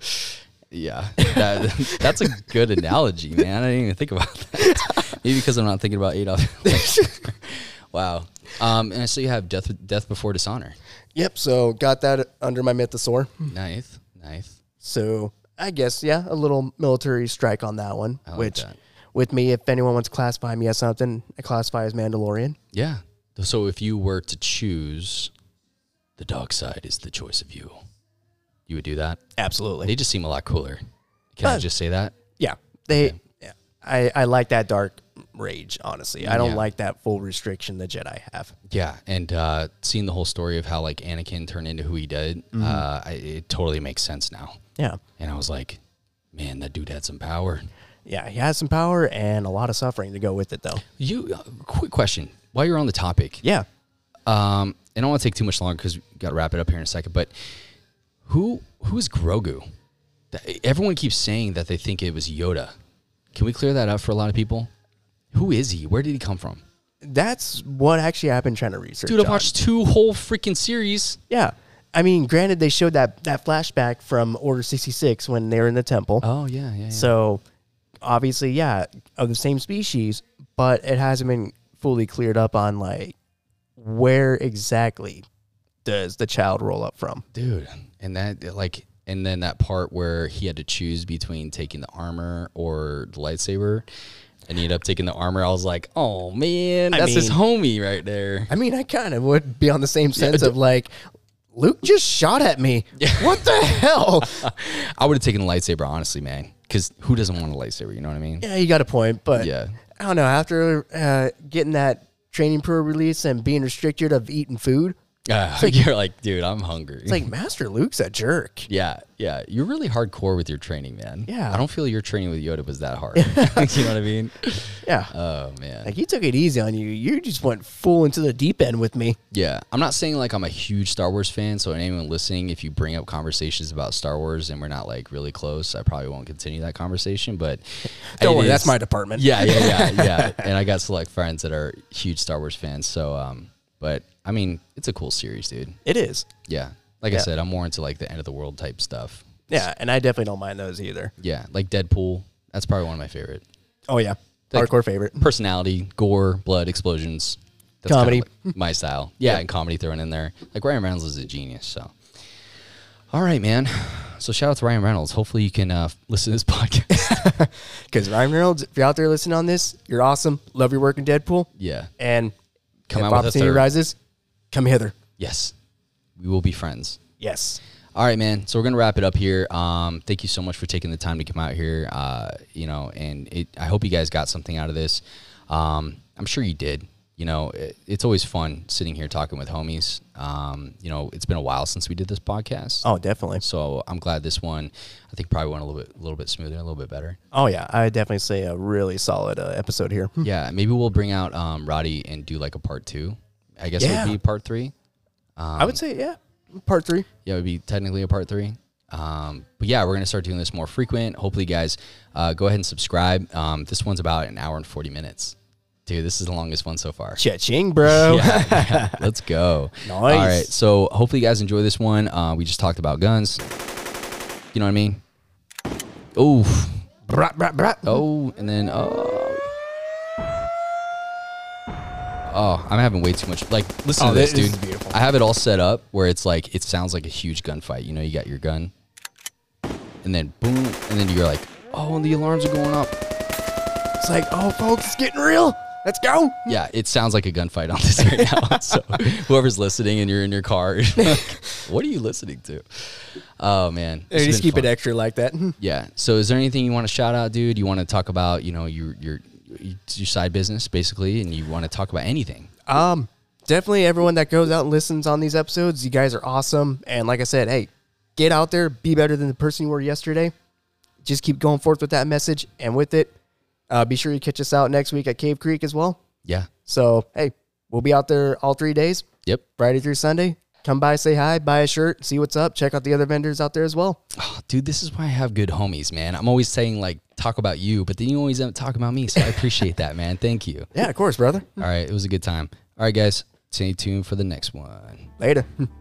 A: yeah, that, that's a good analogy, man. I didn't even think about that. Maybe because I'm not thinking about Adolf. wow. Um, and so you have death, death before dishonor.
B: yep. So got that under my mythosaur.
A: Ninth, ninth.
B: So I guess yeah, a little military strike on that one.
A: like
B: which
A: that.
B: with me, if anyone wants to classify me as something, I classify as Mandalorian.
A: Yeah. So if you were to choose, the dark side is the choice of you. You would do that.
B: Absolutely.
A: They just seem a lot cooler. Can I
B: Uh,
A: just say that?
B: yeah. They yeah. I, I like that dark rage, honestly. I don't
A: Yeah.
B: like that full restriction the Jedi have.
A: Yeah, and uh, seeing the whole story of how like Anakin turned into who he did, uh, I, it totally makes sense now.
B: Yeah.
A: And I was like, man, that dude had some power.
B: Yeah, he has some power and a lot of suffering to go with it though.
A: You, uh, quick question, while you're on the topic,
B: Yeah.
A: um, and I don't want to take too much longer because we got to wrap it up here in a second. But who who is Grogu? Th- Everyone keeps saying that they think it was Yoda. Can we clear that up for a lot of people? Who is he? Where did he come from?
B: that's what actually I've been trying to research.
A: Dude, I
B: on.
A: watched two whole freaking series.
B: Yeah. I mean, granted, they showed that that flashback from Order 66 when they were in the temple.
A: Oh yeah, yeah. yeah.
B: So obviously, yeah, of the same species, but it hasn't been fully cleared up on like where exactly does the child roll up from.
A: dude, and that like, and then that part where he had to choose between taking the armor or the lightsaber, and he ended up taking the armor. I was like, oh man, that's his
B: mean-
A: homie right there.
B: I mean, I kind of would be on the same sense of like Luke just shot at me. What the hell?
A: I would have taken the lightsaber, honestly, man. Because who doesn't want a lightsaber? You know what I mean?
B: yeah, you got a point, but
A: Yeah.
B: I don't know. After uh, getting that training pro release and being restricted of eating food,
A: Uh, you're like, dude, I'm hungry.
B: it's like Master Luke's a jerk.
A: yeah, yeah. You're really hardcore with your training, man.
B: Yeah.
A: I don't feel your training with Yoda was that hard. you know what I mean?
B: Yeah.
A: Oh man.
B: Like he took it easy on you. You just went full into the deep end with me.
A: Yeah, I'm not saying like I'm a huge Star Wars fan. So anyone listening, if you bring up conversations about Star Wars and we're not like really close, I probably won't continue that conversation. But
B: Don't
A: it
B: worry, that's
A: is-
B: my department.
A: Yeah, yeah, yeah, yeah. and I got select friends that are huge Star Wars fans. So, um, but I mean, it's a cool series, dude.
B: It is.
A: Yeah, like I
B: Yeah.
A: said, I'm more into like the end of the world type stuff.
B: Yeah, and I definitely don't mind those either.
A: Yeah, like Deadpool. That's probably one of my favorite
B: Oh yeah.
A: Like-
B: Hardcore favorite.
A: personality, gore, blood, explosions. That's kinda
B: Comedy.
A: like my style. Yeah, and comedy thrown in there. Like Ryan Reynolds is a genius. So, all right, man. So shout out to Ryan Reynolds. Hopefully you can uh, listen to this podcast.
B: Because Ryan Reynolds, if you're out there listening on this, you're awesome. Love your work in Deadpool.
A: yeah.
B: And
A: Come
B: if
A: out with a
B: opportunity
A: third.
B: rises, come hither.
A: Yes, we will be friends.
B: Yes.
A: All right, man. So we're gonna wrap it up here. Um, thank you so much for taking the time to come out here. Uh, you know, and it, I hope you guys got something out of this. Um, I'm sure you did. You know, it, it's always fun sitting here talking with homies. Um, you know, it's been a while since we did this podcast.
B: Oh, definitely.
A: So I'm glad this one, I think probably went a little bit, a little bit smoother, a little bit better.
B: Oh yeah, I would definitely say a really solid uh, episode here.
A: Yeah, maybe we'll bring out um, Roddy and do like a part two. I guess
B: Yeah.
A: it would be part three.
B: I would say yeah, part three.
A: Yeah, it would be technically a part three. Um, but yeah, we're gonna start doing this more frequent. Hopefully, you guys, uh, go ahead and subscribe. Um, this one's about an hour and forty minutes. Dude, this is the longest one so far.
B: Cha-ching, bro.
A: Yeah, yeah, let's go.
B: Nice.
A: All right, so hopefully you guys enjoy this one. Uh, we just talked about guns. You know what I mean? Oof.
B: Brah, brah, brah.
A: Oh, and then oh. Oh, I'm having way too much. Like, listen
B: Oh,
A: to this,
B: this
A: dude.
B: is beautiful.
A: I have it all set up where it's like it sounds like a huge gunfight. You know, you got your gun, and then boom, and then you're like, oh, and the alarms are going up.
B: It's like, oh, folks, it's getting real. Let's go.
A: Yeah, it sounds like a gunfight on this right now. so whoever's listening and you're in your car, you're like, what are you listening to? Oh man,
B: Hey,
A: It's
B: just
A: been
B: keep
A: fun.
B: it extra like that. Hmm.
A: Yeah. So is there anything you want to shout out, dude? You want to talk about, you know, your your your side business basically, and you want to talk about anything?
B: Um, definitely everyone that goes out and listens on these episodes, you guys are awesome. And like I said, hey, get out there, be better than the person you were yesterday. Just keep going forth with that message and with it. Uh, be sure you catch us out next week at Cave Creek as well.
A: Yeah.
B: So hey, we'll be out there all three days,
A: Yep.
B: Friday through Sunday. Come by, say hi, buy a shirt, see what's up. Check out the other vendors out there as well.
A: Oh, dude, this is why I have good homies, man. I'm always saying like talk about you, but then you always end up talking about me. So I appreciate that, man. Thank you.
B: Yeah, of course, brother.
A: All right, it was a good time. All right, guys, stay tuned for the next one.
B: Later.